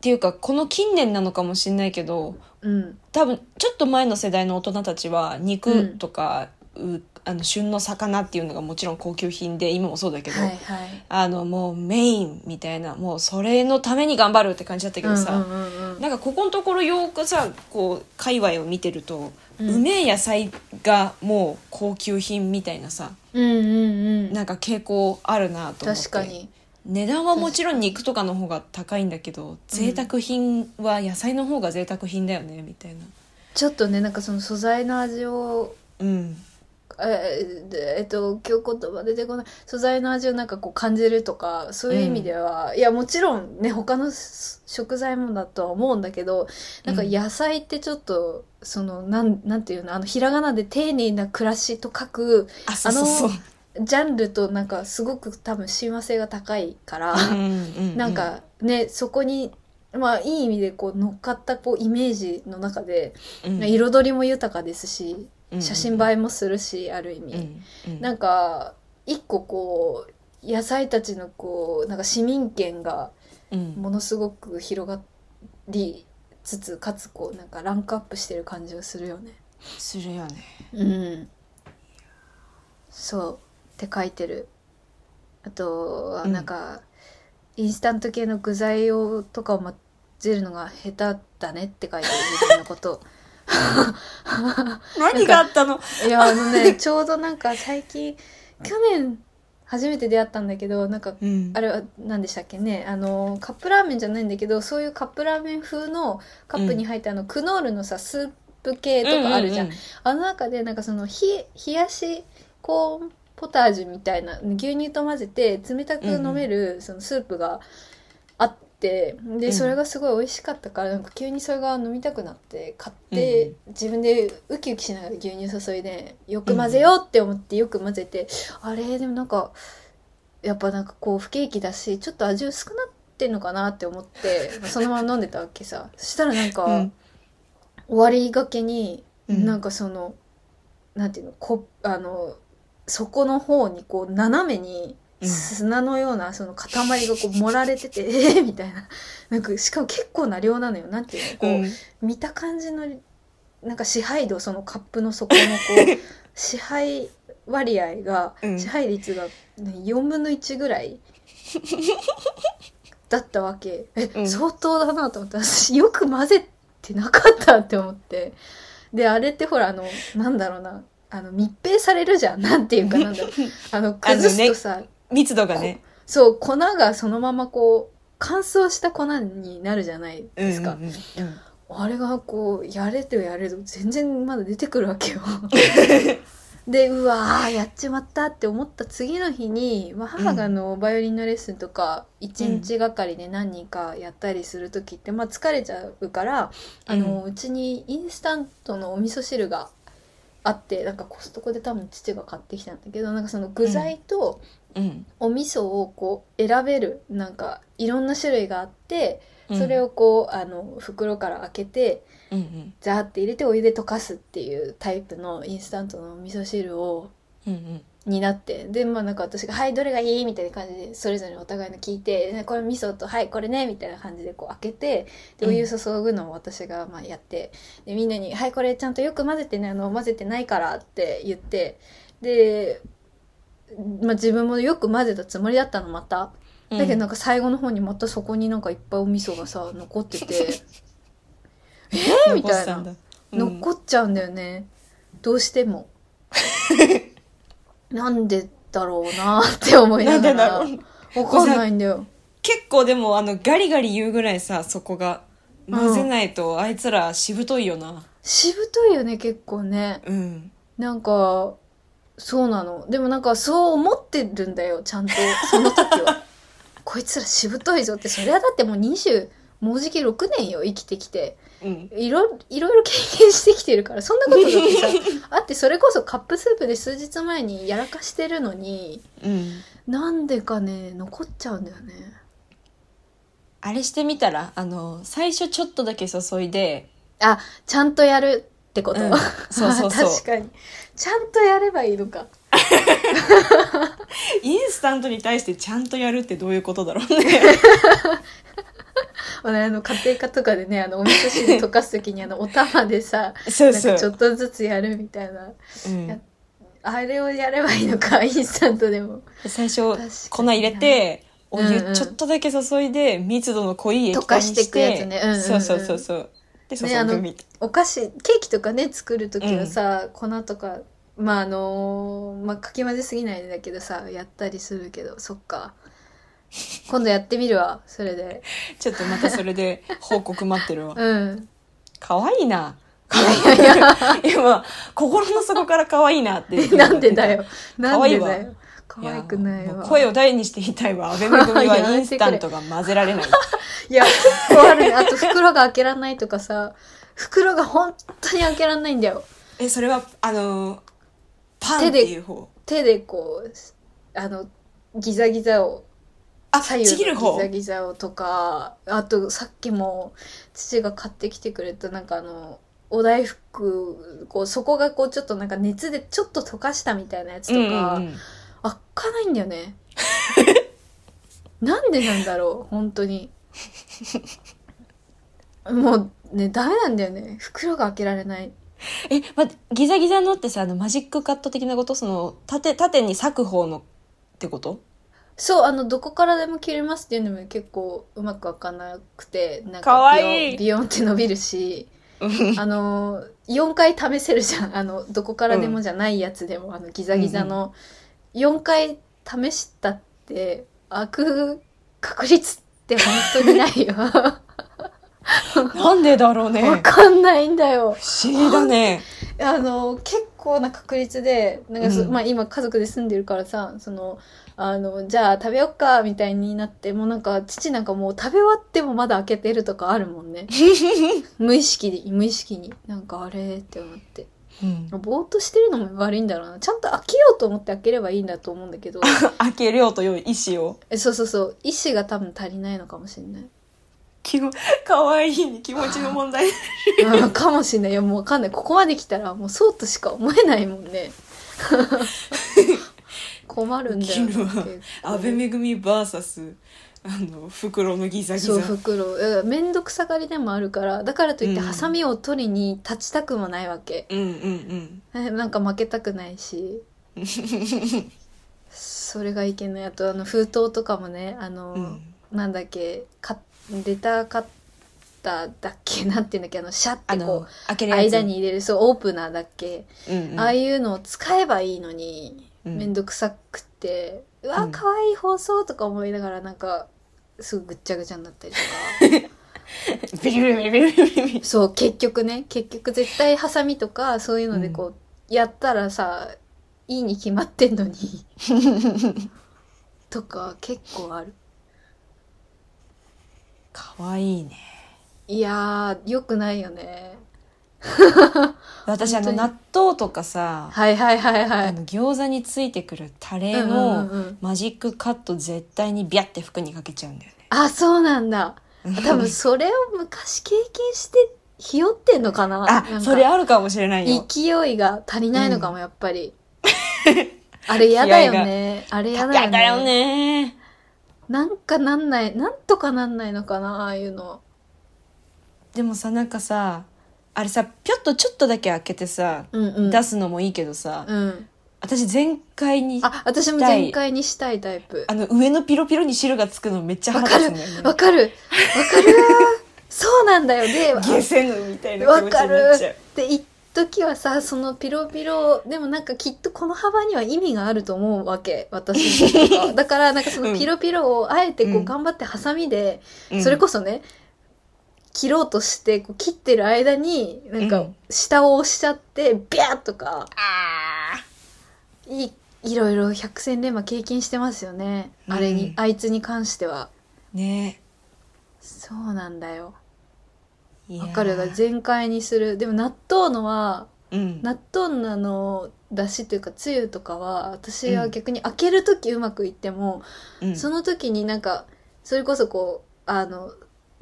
[SPEAKER 1] ていうかこの近年なのかもしれないけど
[SPEAKER 2] うん
[SPEAKER 1] 多分ちょっと前の世代の大人たちは
[SPEAKER 2] うん
[SPEAKER 1] 肉とか、うあの旬の魚っていうのがもちろん高級品で今もそうだけど、
[SPEAKER 2] はいはい
[SPEAKER 1] あのもうメインみたいなもうそれのために頑張るって感じだったけどさ、
[SPEAKER 2] うんうんうんうん
[SPEAKER 1] なんかここのところよくさこう界隈を見てると、
[SPEAKER 2] う
[SPEAKER 1] うんめえ野菜がもう高級品みたいなさ
[SPEAKER 2] うんうんうん
[SPEAKER 1] なんか傾向あるなと思って
[SPEAKER 2] 確かに
[SPEAKER 1] 値段はもちろん肉とかの方が高いんだけど贅沢品は野菜の方が贅沢品だよねみたいな
[SPEAKER 2] ちょっとねなんかその素材の味を
[SPEAKER 1] うん
[SPEAKER 2] えーでえっと今日言葉出てこない素材の味をなんかこう感じるとかそういう意味では、いやもちろんね他のす食材もだとは思うんだけどなんか
[SPEAKER 1] うん
[SPEAKER 2] 野菜ってちょっと、そのなんなんていうのあのひらがなで丁寧な暮らしと書く
[SPEAKER 1] あそうそうそう
[SPEAKER 2] ジャンルとなんかすごく多分親和性が高いから、
[SPEAKER 1] うん
[SPEAKER 2] なんかねそこにまあいい意味でこう乗っかったこうイメージの中で、彩りも豊かですし写真映えもするし、ある意味。なん
[SPEAKER 1] か
[SPEAKER 2] か一個こう野菜たちのこうなんか市民権がものすごく広がりつつかつこうなんかランクアップしてる感じがするよね。
[SPEAKER 1] するよね
[SPEAKER 2] うん、そうって書いてる。あとは
[SPEAKER 1] うん
[SPEAKER 2] なんか、インスタント系の具材をとかを混ぜるのが下手だねって書いてる自分のこと。
[SPEAKER 1] 何があったの
[SPEAKER 2] いやあのね ちょうどなんか最近去年初めて出会ったんだけどなんか
[SPEAKER 1] うん
[SPEAKER 2] あれは何でしたっけねあのカップラーメンじゃないんだけどそういうカップラーメン風のカップに入ったあの、クノールのさスープ系とかあるじゃん,、
[SPEAKER 1] うう
[SPEAKER 2] あの中でなんかその冷冷やしコーンポタージュみたいな牛乳と混ぜて冷たく飲めるそのスープがあって、
[SPEAKER 1] う
[SPEAKER 2] で
[SPEAKER 1] ん
[SPEAKER 2] それがすごい美味しかったからなんか急にそれが飲みたくなって買って、
[SPEAKER 1] うん
[SPEAKER 2] 自分でウキウキしながら牛乳注いでよく混ぜようって思ってよく混ぜて、あれでもなんかやっぱなんかこう不景気だしちょっと味薄くなってんのかなって思ってそのまま飲んでたわけさそしたらなんか、
[SPEAKER 1] うん
[SPEAKER 2] 終わりがけに、
[SPEAKER 1] うん
[SPEAKER 2] なんかそのなんていうのこあの底の方にこう斜めに
[SPEAKER 1] うん
[SPEAKER 2] 砂のようなその塊がこう盛られてて えーみたいななんかしかも結構な量なのよなんていうのこう、
[SPEAKER 1] うん
[SPEAKER 2] 見た感じのなんか支配度そのカップの底の こう支配割合が、
[SPEAKER 1] うん
[SPEAKER 2] 支配率が、ね、4分の1ぐらいだったわけえ、
[SPEAKER 1] うん
[SPEAKER 2] 相当だなと思って私よく混ぜてなかったって思ってであれってほらあのなんだろうなあの密閉されるじゃんなんていう かなんだろうあの崩すとさ、
[SPEAKER 1] 密度がね
[SPEAKER 2] そう粉がそのままこう乾燥した粉になるじゃないですか、
[SPEAKER 1] うんうんうん
[SPEAKER 2] あれがこうやれとやれど全然まだ出てくるわ けよ。でうわーやっちまったって思った次の日に、まあ、母があのバイオリンのレッスンとか1日がかりで何人かやったりする時って、まあ、疲れちゃうからあの、うちにインスタントのお味噌汁があってなんかコストコで多分父が買ってきたんだけどなんかその具材と
[SPEAKER 1] うん
[SPEAKER 2] お味噌をこう選べるなんかいろんな種類があって
[SPEAKER 1] うん
[SPEAKER 2] それをこうあの袋から開けて。
[SPEAKER 1] うんうん
[SPEAKER 2] ザーって入れてお湯で溶かすっていうタイプのインスタントのお味噌汁を
[SPEAKER 1] うんうん
[SPEAKER 2] になってでまあなんか私が「はいどれがいい?」みたいな感じでそれぞれお互いの聞いて「ねこれ味噌とはいこれね」みたいな感じでこう開けてでお湯注ぐのを私がまあやってでみんなに「はいこれちゃんとよく混ぜてねあの混ぜてないから」って言ってで、まあ、自分もよく混ぜたつもりだったのまた。
[SPEAKER 1] うん
[SPEAKER 2] だけどなんか最後の方にまたそこになんかいっぱいお味噌がさ残ってて えー、みたいな
[SPEAKER 1] 残っ
[SPEAKER 2] 残っちゃうんだよね、どうして もなんでだろうなって思いながら
[SPEAKER 1] なんで
[SPEAKER 2] わかんないんだよ
[SPEAKER 1] 結構でもあのガリガリ言うぐらいさそこが
[SPEAKER 2] うん
[SPEAKER 1] 混ぜないとあいつらしぶといよな
[SPEAKER 2] しぶといよね結構ね
[SPEAKER 1] うん
[SPEAKER 2] なんかそうなのでもなんかそう思ってるんだよちゃんとその時 はこいつらしぶといぞってそりゃだってもう20もうじき6年よ生きてきて
[SPEAKER 1] うん
[SPEAKER 2] いろいろいろ経験してきてるからそんなことだって さあってそれこそカップスープで数日前にやらかしてるのに
[SPEAKER 1] うん
[SPEAKER 2] なんでかね残っちゃうんだよね
[SPEAKER 1] あれしてみたらあの最初ちょっとだけ注いで、
[SPEAKER 2] あちゃんとやるってこと、
[SPEAKER 1] うんそうそうそう
[SPEAKER 2] 確かにちゃんとやればいいのか
[SPEAKER 1] インスタントに対してちゃんとやるってどういうことだろうね
[SPEAKER 2] あのあの家庭科とかでねあのお味噌汁溶かす時にあのお玉でさ
[SPEAKER 1] そう
[SPEAKER 2] なん
[SPEAKER 1] そ
[SPEAKER 2] かちょ
[SPEAKER 1] う
[SPEAKER 2] っとずつやるみたいな
[SPEAKER 1] うん、
[SPEAKER 2] あれをやればいいのかインスタントでも
[SPEAKER 1] 最
[SPEAKER 2] 確かに
[SPEAKER 1] 初粉入れてお
[SPEAKER 2] うんう
[SPEAKER 1] 湯
[SPEAKER 2] ん
[SPEAKER 1] ちょっとだけ注いで密度の濃い液体に
[SPEAKER 2] 溶かしてくやつねうんうんうん
[SPEAKER 1] そうそうそうそうで注
[SPEAKER 2] ねあの
[SPEAKER 1] ぐみたい
[SPEAKER 2] お菓子ケーキとかね作る時はさ、粉とかまああのーまあかき混ぜすぎないんだけどさやったりするけどそっか今度やってみるわそれで
[SPEAKER 1] ちょっとまたそれで報告待ってるわ。
[SPEAKER 2] うん
[SPEAKER 1] 可愛いな。可 愛いな。今、心の底から可愛いなって
[SPEAKER 2] え。 なんでだよな
[SPEAKER 1] 可
[SPEAKER 2] ん
[SPEAKER 1] 愛い
[SPEAKER 2] で
[SPEAKER 1] わ
[SPEAKER 2] だよ可愛くない
[SPEAKER 1] やも
[SPEAKER 2] わ
[SPEAKER 1] う声を大にして言いたいわ。安倍めぐみ はインスタントが混ぜられない。
[SPEAKER 2] いや結構あるねあと袋が開けらんないとかさ袋が本当に開けらんないんだよ
[SPEAKER 1] え、それは、あのー、パンっていう方。
[SPEAKER 2] 手でこうあのギザギザを
[SPEAKER 1] あ、
[SPEAKER 2] 左
[SPEAKER 1] ち
[SPEAKER 2] 右
[SPEAKER 1] ぎる
[SPEAKER 2] のギ
[SPEAKER 1] 方
[SPEAKER 2] ザ。ギザをとかあとさっきも父が買ってきてくれたなんかあのお大福こうそこがこうちょっとなんか熱でちょっと溶かしたみたいなやつとか、
[SPEAKER 1] うんうんうん
[SPEAKER 2] 開かないんだよねなんでなんだろう本当にもうねダメなんだよね袋が開けられない
[SPEAKER 1] え、ま、ギザギザのってさ、あの、マジックカット的なことその、縦、縦に裂く方のって こと
[SPEAKER 2] そう、あの、どこからでも切れますっていうのも結構うまく開かなくて、なん
[SPEAKER 1] か
[SPEAKER 2] か
[SPEAKER 1] わ
[SPEAKER 2] ビヨン
[SPEAKER 1] いい
[SPEAKER 2] ビヨンって伸びるし、あの、4回試せるじゃん。あの、どこからでもじゃないやつでも、あの、ギザギザの、4回試したって、開く確率って本当にないよ。わ
[SPEAKER 1] なんでだろうね。不
[SPEAKER 2] かんないんだよ。
[SPEAKER 1] 思議だね。
[SPEAKER 2] あの結構な確率でなんかそ、
[SPEAKER 1] うん
[SPEAKER 2] まあ、今家族で住んでるからさそのあのじゃあ食べよっかみたいになってもうなんか父なんかもう食べ終わってもまだ開けてるとかあるも んね無意識に無意識になんかあれって思って
[SPEAKER 1] うん
[SPEAKER 2] ぼーっとしてるのも悪いんだろうなちゃんと開けようと思って開ければいいんだと思うんだけ ど
[SPEAKER 1] 開けようと良い意志を。
[SPEAKER 2] えそうそうそう意志が多分足りないのかもしれない
[SPEAKER 1] 気 も、かわいいに気持ちの問題。
[SPEAKER 2] うんかもしれないいやもうわかんないここまで来たらもうそうとしか思えないもん ね困るんだ
[SPEAKER 1] 起
[SPEAKER 2] よ
[SPEAKER 1] きるわ
[SPEAKER 2] な結 構
[SPEAKER 1] 安倍めぐみバーサス、あの、袋のギザギザ。
[SPEAKER 2] そう袋だから面倒くさがりでもあるからだからといって
[SPEAKER 1] うん
[SPEAKER 2] ハサミを取りに立ちたくもないわけ、
[SPEAKER 1] うんうん
[SPEAKER 2] えなんか負けたくな いしそれがいけないあとあの封筒とかもねあの、
[SPEAKER 1] うん。うん。
[SPEAKER 2] なんだっけかレターカッターだっけなんていうんだっけあのシャっ
[SPEAKER 1] あ
[SPEAKER 2] てこ
[SPEAKER 1] の、開ける
[SPEAKER 2] う
[SPEAKER 1] やつ。
[SPEAKER 2] 間に入れるそうオープナーだっけ
[SPEAKER 1] うんうん、
[SPEAKER 2] ああいうのを使えばいいのに、
[SPEAKER 1] うん
[SPEAKER 2] めんどくさくて、う
[SPEAKER 1] う
[SPEAKER 2] わ、
[SPEAKER 1] ん
[SPEAKER 2] 可愛い放送とか思いながら、なんか、すぐぐっちゃぐちゃになったり とか。
[SPEAKER 1] ビリビリビリビリビリ。
[SPEAKER 2] そう、結局ね、結局絶対ハサミとか、そういうのでこう、やったらさ、いいに決まってんのに。 とか、結構ある。
[SPEAKER 1] かわいいね。
[SPEAKER 2] いやー、良くないよね。
[SPEAKER 1] 私、あの、
[SPEAKER 2] 本当に
[SPEAKER 1] 納豆とかさ、
[SPEAKER 2] はいはいはいは
[SPEAKER 1] あ
[SPEAKER 2] い。
[SPEAKER 1] の、餃子についてくるタレ
[SPEAKER 2] うんうんうんう
[SPEAKER 1] の
[SPEAKER 2] ん、
[SPEAKER 1] マジックカット絶対にビャって服にかけちゃうんだよね。
[SPEAKER 2] あ、そうなんだ。多分それを昔経験して、ひよってんのかななん
[SPEAKER 1] あ、
[SPEAKER 2] か
[SPEAKER 1] それあるかもしれないよ。
[SPEAKER 2] 勢いが足りないのかも、やっぱり。 あれ嫌だよね。あれ嫌だよね。
[SPEAKER 1] だよね。
[SPEAKER 2] なんかなんない、なんとかなんないのかな、ああいうの。
[SPEAKER 1] でもさ、なんかさ、あれさ、ぴょっとちょっとだけ開けてさ、
[SPEAKER 2] うんうん。
[SPEAKER 1] 出すのもいいけどさ、
[SPEAKER 2] うん。
[SPEAKER 1] 私全開に、あ
[SPEAKER 2] あ、私も全開にしたいタイプ。
[SPEAKER 1] の、上のピロピロに汁がつくのめっちゃ
[SPEAKER 2] わ
[SPEAKER 1] 腹
[SPEAKER 2] か
[SPEAKER 1] 立つん
[SPEAKER 2] る
[SPEAKER 1] だよ、
[SPEAKER 2] わ
[SPEAKER 1] ね。
[SPEAKER 2] かる、わかる わ。そうなんだよね。
[SPEAKER 1] ゲセぬみたいな気
[SPEAKER 2] わ
[SPEAKER 1] 持ち
[SPEAKER 2] か
[SPEAKER 1] に
[SPEAKER 2] る
[SPEAKER 1] なっちゃう。
[SPEAKER 2] で一時はさそのピロピロでもなんかきっとこの幅には意味があると思うわけ私のこと はだからなんかそのピロピロをあえてこ
[SPEAKER 1] う
[SPEAKER 2] うん頑張ってハサミで、
[SPEAKER 1] うん
[SPEAKER 2] それこそね切ろうとしてこう切ってる間になん
[SPEAKER 1] う
[SPEAKER 2] か
[SPEAKER 1] ん
[SPEAKER 2] 下を押しちゃってビャーとか
[SPEAKER 1] あー
[SPEAKER 2] いいろいろ百戦錬磨経験してますよね、あれ
[SPEAKER 1] う
[SPEAKER 2] に
[SPEAKER 1] ん
[SPEAKER 2] あいつに関しては
[SPEAKER 1] ね
[SPEAKER 2] そうなんだよ
[SPEAKER 1] え。
[SPEAKER 2] わかるが
[SPEAKER 1] だ
[SPEAKER 2] 全開にするでも納豆のは
[SPEAKER 1] うん。
[SPEAKER 2] 納豆のあの出汁というかつゆとかは私は逆に開ける時うまくいっても、
[SPEAKER 1] うん
[SPEAKER 2] その時になんかそれこそこうあの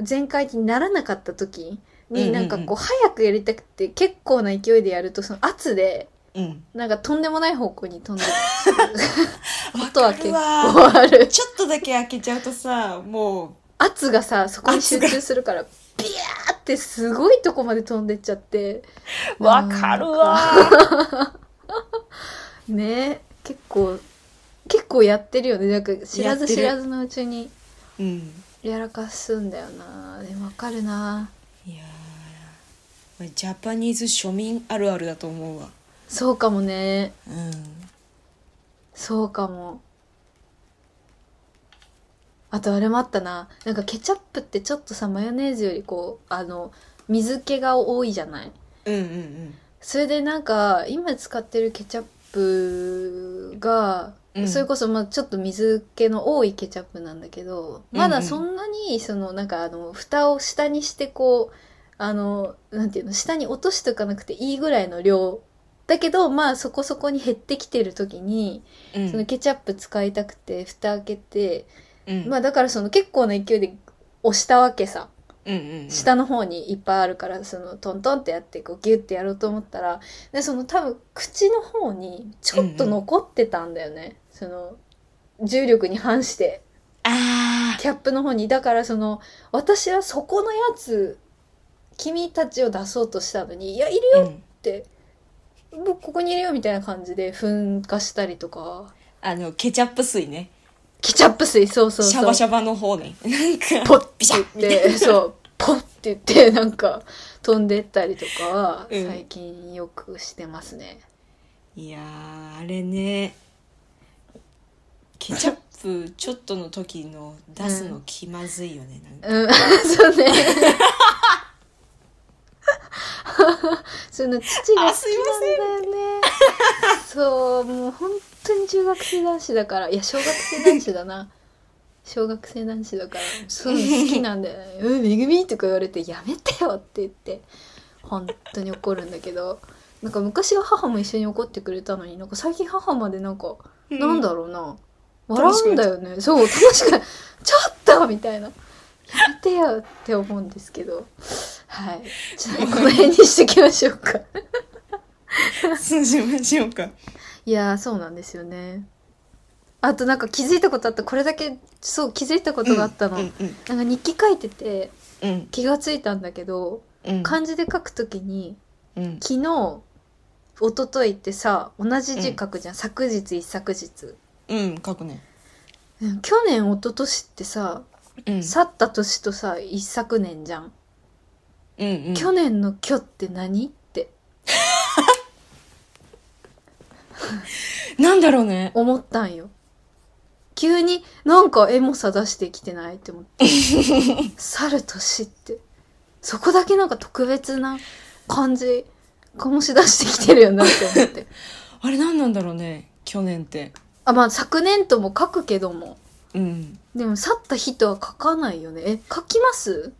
[SPEAKER 2] 全開にならなかった時になんか
[SPEAKER 1] うんうんう
[SPEAKER 2] こう早くやりたくて結構な勢いでやるとその圧で
[SPEAKER 1] うん。
[SPEAKER 2] なんかとんでもない方向に飛んでる こ
[SPEAKER 1] わ
[SPEAKER 2] と
[SPEAKER 1] か
[SPEAKER 2] は結
[SPEAKER 1] る
[SPEAKER 2] 構
[SPEAKER 1] わ
[SPEAKER 2] ある
[SPEAKER 1] ちょっとだけ開けちゃうとさ、も
[SPEAKER 2] 圧がさそこに集中するからビヤーってすごいとこまで飛んでっちゃって
[SPEAKER 1] う、わかるわ
[SPEAKER 2] ね結構結構やってるよねなんか知ら
[SPEAKER 1] や
[SPEAKER 2] ず
[SPEAKER 1] ってる
[SPEAKER 2] 知らずのうちに
[SPEAKER 1] うん。
[SPEAKER 2] やらかすんだよなでもわかるない
[SPEAKER 1] やーこれジャパニーズ庶民あるあるだと思うわ。
[SPEAKER 2] そうかもね
[SPEAKER 1] うん。
[SPEAKER 2] そうかもあとあれもあったな。なんかケチャップってちょっとさ、マヨネーズよりこう、あの、水気が多いじゃない
[SPEAKER 1] うんうんうん
[SPEAKER 2] それでなんか、今使ってるケチャップが、
[SPEAKER 1] うん
[SPEAKER 2] それこそまあちょっと水気の多いケチャップなんだけど、まだそんなに、そのなんかあの、蓋を下にしてこう、あの、なんていうの、下に落としとかなくていいぐらいの量。だけど、まあそこそこに減ってきてる時に、
[SPEAKER 1] うん
[SPEAKER 2] そのケチャップ使いたくて、蓋開けて、
[SPEAKER 1] うん
[SPEAKER 2] まあだからその結構な勢いで押したわけさ。
[SPEAKER 1] うんうんうん
[SPEAKER 2] 下の方にいっぱいあるから、そのトントンってやって、こうギュッてやろうと思ったら、で、その多分口の方にちょっと残ってたんだよね。その、重力に反して、
[SPEAKER 1] あ
[SPEAKER 2] キャップの方に。だからその、私はそこのやつ、君たちを出そうとしたのに、いや、いる
[SPEAKER 1] あ、
[SPEAKER 2] よ
[SPEAKER 1] う
[SPEAKER 2] っ
[SPEAKER 1] ん、
[SPEAKER 2] て、僕ここにいるよみたいな感じで噴火したりとか、
[SPEAKER 1] あのケチャップ水ね
[SPEAKER 2] ケチャップ水、そうそうそう。
[SPEAKER 1] シャバシャバの方 ねなんか
[SPEAKER 2] ポッて言って、そう、ポッて言って、なんか、飛んでったりとかは、
[SPEAKER 1] うん
[SPEAKER 2] 最近よくしてますね。
[SPEAKER 1] いやーあれねケチャップちょっとの時の出すの気まずいよね、なんか
[SPEAKER 2] うん、そうね。その父が好きなんだよね。そう、もう本当に中学生男子だから、いや、小学生男子だな。小学生男子だから、そういうの好きなんだよね。うん、めぐみとか言われて、やめてよって言って、本当に怒るんだけど、なんか昔は母も一緒に怒ってくれたのに、なんか最近母までなんか、なんだろうな。笑うんだよね。そう、楽しく、ちょっとみたいな。やめてよって思うんですけど。はい。ちょっとこの辺にしてきましょうか。
[SPEAKER 1] そうしましょうか
[SPEAKER 2] いやー、そうなんですよね。あとなんか気づいたことあった。これだけ、そう、気づいたことがあったの。
[SPEAKER 1] うんうん
[SPEAKER 2] なんか日記書いてて
[SPEAKER 1] うん
[SPEAKER 2] 気がついたんだけど、
[SPEAKER 1] うん
[SPEAKER 2] 漢字で書くときに、
[SPEAKER 1] うん
[SPEAKER 2] 昨日、一昨日ってさ、同じ字書くじゃん。昨日、一昨日。
[SPEAKER 1] うん書くね
[SPEAKER 2] うん去年、一昨年ってさ、
[SPEAKER 1] うん
[SPEAKER 2] 去った年とさ一昨年じゃん、
[SPEAKER 1] うんうん
[SPEAKER 2] 去年の「去」って何って
[SPEAKER 1] なんだろうね
[SPEAKER 2] 思ったんよ急になんかエモさ出してきてないって思って去る年ってそこだけなんか特別な感じ醸し出してきてるよなって思って
[SPEAKER 1] あれなんなんだろうね去年って
[SPEAKER 2] あまあ昨年とも書くけども
[SPEAKER 1] うん
[SPEAKER 2] でも去った日とは書かないよねえ書きます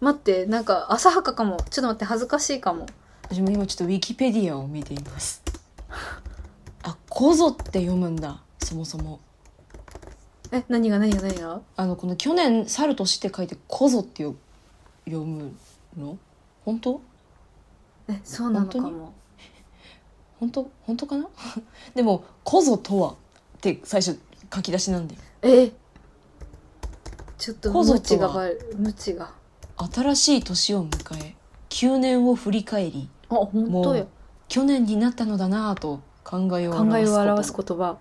[SPEAKER 2] 待ってなんか浅はかかもちょっと待って恥ずかしいかも
[SPEAKER 1] 私も今ちょっとウィキペディアを見ていますあこぞって読むんだそもそも
[SPEAKER 2] え何が何が何が
[SPEAKER 1] あのこの去年去る年って書いてこぞってよ読むの本当
[SPEAKER 2] えそうなのか
[SPEAKER 1] 本当
[SPEAKER 2] も
[SPEAKER 1] 本当本当かな でもこぞとはって最初書き出しなんだよ
[SPEAKER 2] えちょっと
[SPEAKER 1] こぞとは
[SPEAKER 2] 無知がば無知が
[SPEAKER 1] 新しい年を迎え9年を振り返り
[SPEAKER 2] あ本当や
[SPEAKER 1] 去年になったのだなぁと考えを
[SPEAKER 2] 考え
[SPEAKER 1] 表す
[SPEAKER 2] を
[SPEAKER 1] こと
[SPEAKER 2] 表す言葉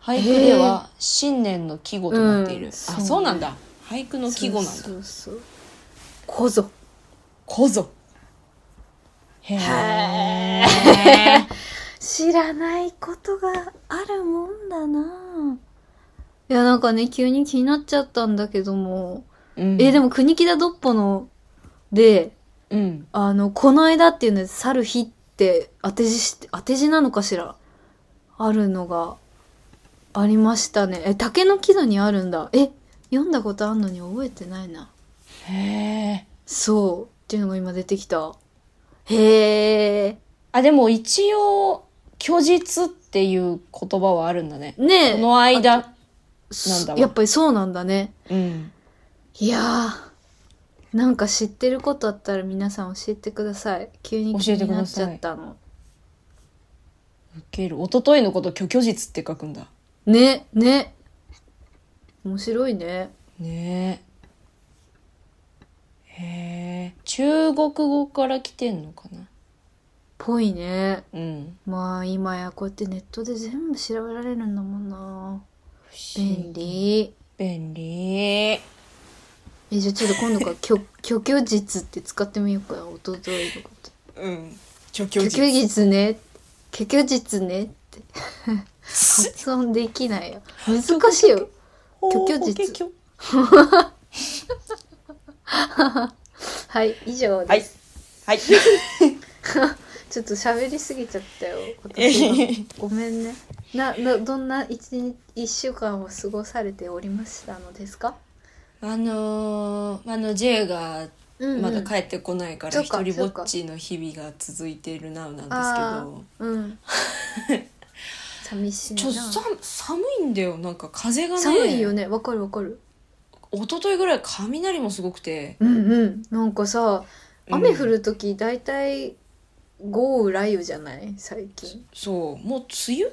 [SPEAKER 1] 俳句では新年の季語となっている、
[SPEAKER 2] う
[SPEAKER 1] あ
[SPEAKER 2] んそうね
[SPEAKER 1] そうなんだ俳句の季語なんだ
[SPEAKER 2] そうそうそうこぞ
[SPEAKER 1] こぞへ
[SPEAKER 2] へ
[SPEAKER 1] え
[SPEAKER 2] 知らないことがあるもんだないやなんかね急に気になっちゃったんだけども、えで
[SPEAKER 1] も
[SPEAKER 2] も国木田どっぽので
[SPEAKER 1] うん
[SPEAKER 2] あのこの間っていうので去る日って当て字して当て字なのかしらあるのがありましたねえ竹の木戸にあるんだえ読んだことあんのに覚えてないな
[SPEAKER 1] へえ
[SPEAKER 2] そうっていうのが今出てきたへえ
[SPEAKER 1] あでも一応虚実っていう言葉はあるんだね
[SPEAKER 2] ねえ
[SPEAKER 1] この間なんだわ
[SPEAKER 2] やっぱりそうなんだね
[SPEAKER 1] うん
[SPEAKER 2] いやーなんか知ってることあったら皆さん教えてください急に気
[SPEAKER 1] 教えて
[SPEAKER 2] に
[SPEAKER 1] く
[SPEAKER 2] な
[SPEAKER 1] だ
[SPEAKER 2] っち
[SPEAKER 1] さい
[SPEAKER 2] ゃったの
[SPEAKER 1] 受ける一昨日のこと虚虚実って書くんだ
[SPEAKER 2] ねね面白いね
[SPEAKER 1] ねえへえ中国語から来てんのかな
[SPEAKER 2] ぽいね
[SPEAKER 1] うん
[SPEAKER 2] まあ今やこうやってネットで全部調べられるんだもんな
[SPEAKER 1] 不思議
[SPEAKER 2] 便利
[SPEAKER 1] 便利
[SPEAKER 2] えじゃあちょ っと今度から虚虚虚実って使ってみようかおとといのこと
[SPEAKER 1] うん虚虚
[SPEAKER 2] 虚虚実ね虚虚実ねって発音できないよ難しいよ虚虚実
[SPEAKER 1] ほうほうけきょ
[SPEAKER 2] はい以上
[SPEAKER 1] は
[SPEAKER 2] で
[SPEAKER 1] い
[SPEAKER 2] す、。
[SPEAKER 1] はい。
[SPEAKER 2] ちょっと喋りすぎちゃったよ 私ごめんねななどんな一日一週間を過ごされておりましたのですか
[SPEAKER 1] あのー、あの、J が
[SPEAKER 2] うんうん
[SPEAKER 1] まだ帰ってこないか
[SPEAKER 2] そ
[SPEAKER 1] ら、
[SPEAKER 2] うか
[SPEAKER 1] 一人ぼっちの日々が続いているな、なんです
[SPEAKER 2] うん 寂しい
[SPEAKER 1] け
[SPEAKER 2] な
[SPEAKER 1] ど。ちょっとさ寒いんだよ、なんか風がね。
[SPEAKER 2] 寒いよねわかるわかる
[SPEAKER 1] 一昨日ぐらい雷もすごくて。
[SPEAKER 2] うんうんなんかさ
[SPEAKER 1] うん
[SPEAKER 2] 雨降る時大体豪雨雷雨じゃない最近
[SPEAKER 1] そう、もう梅雨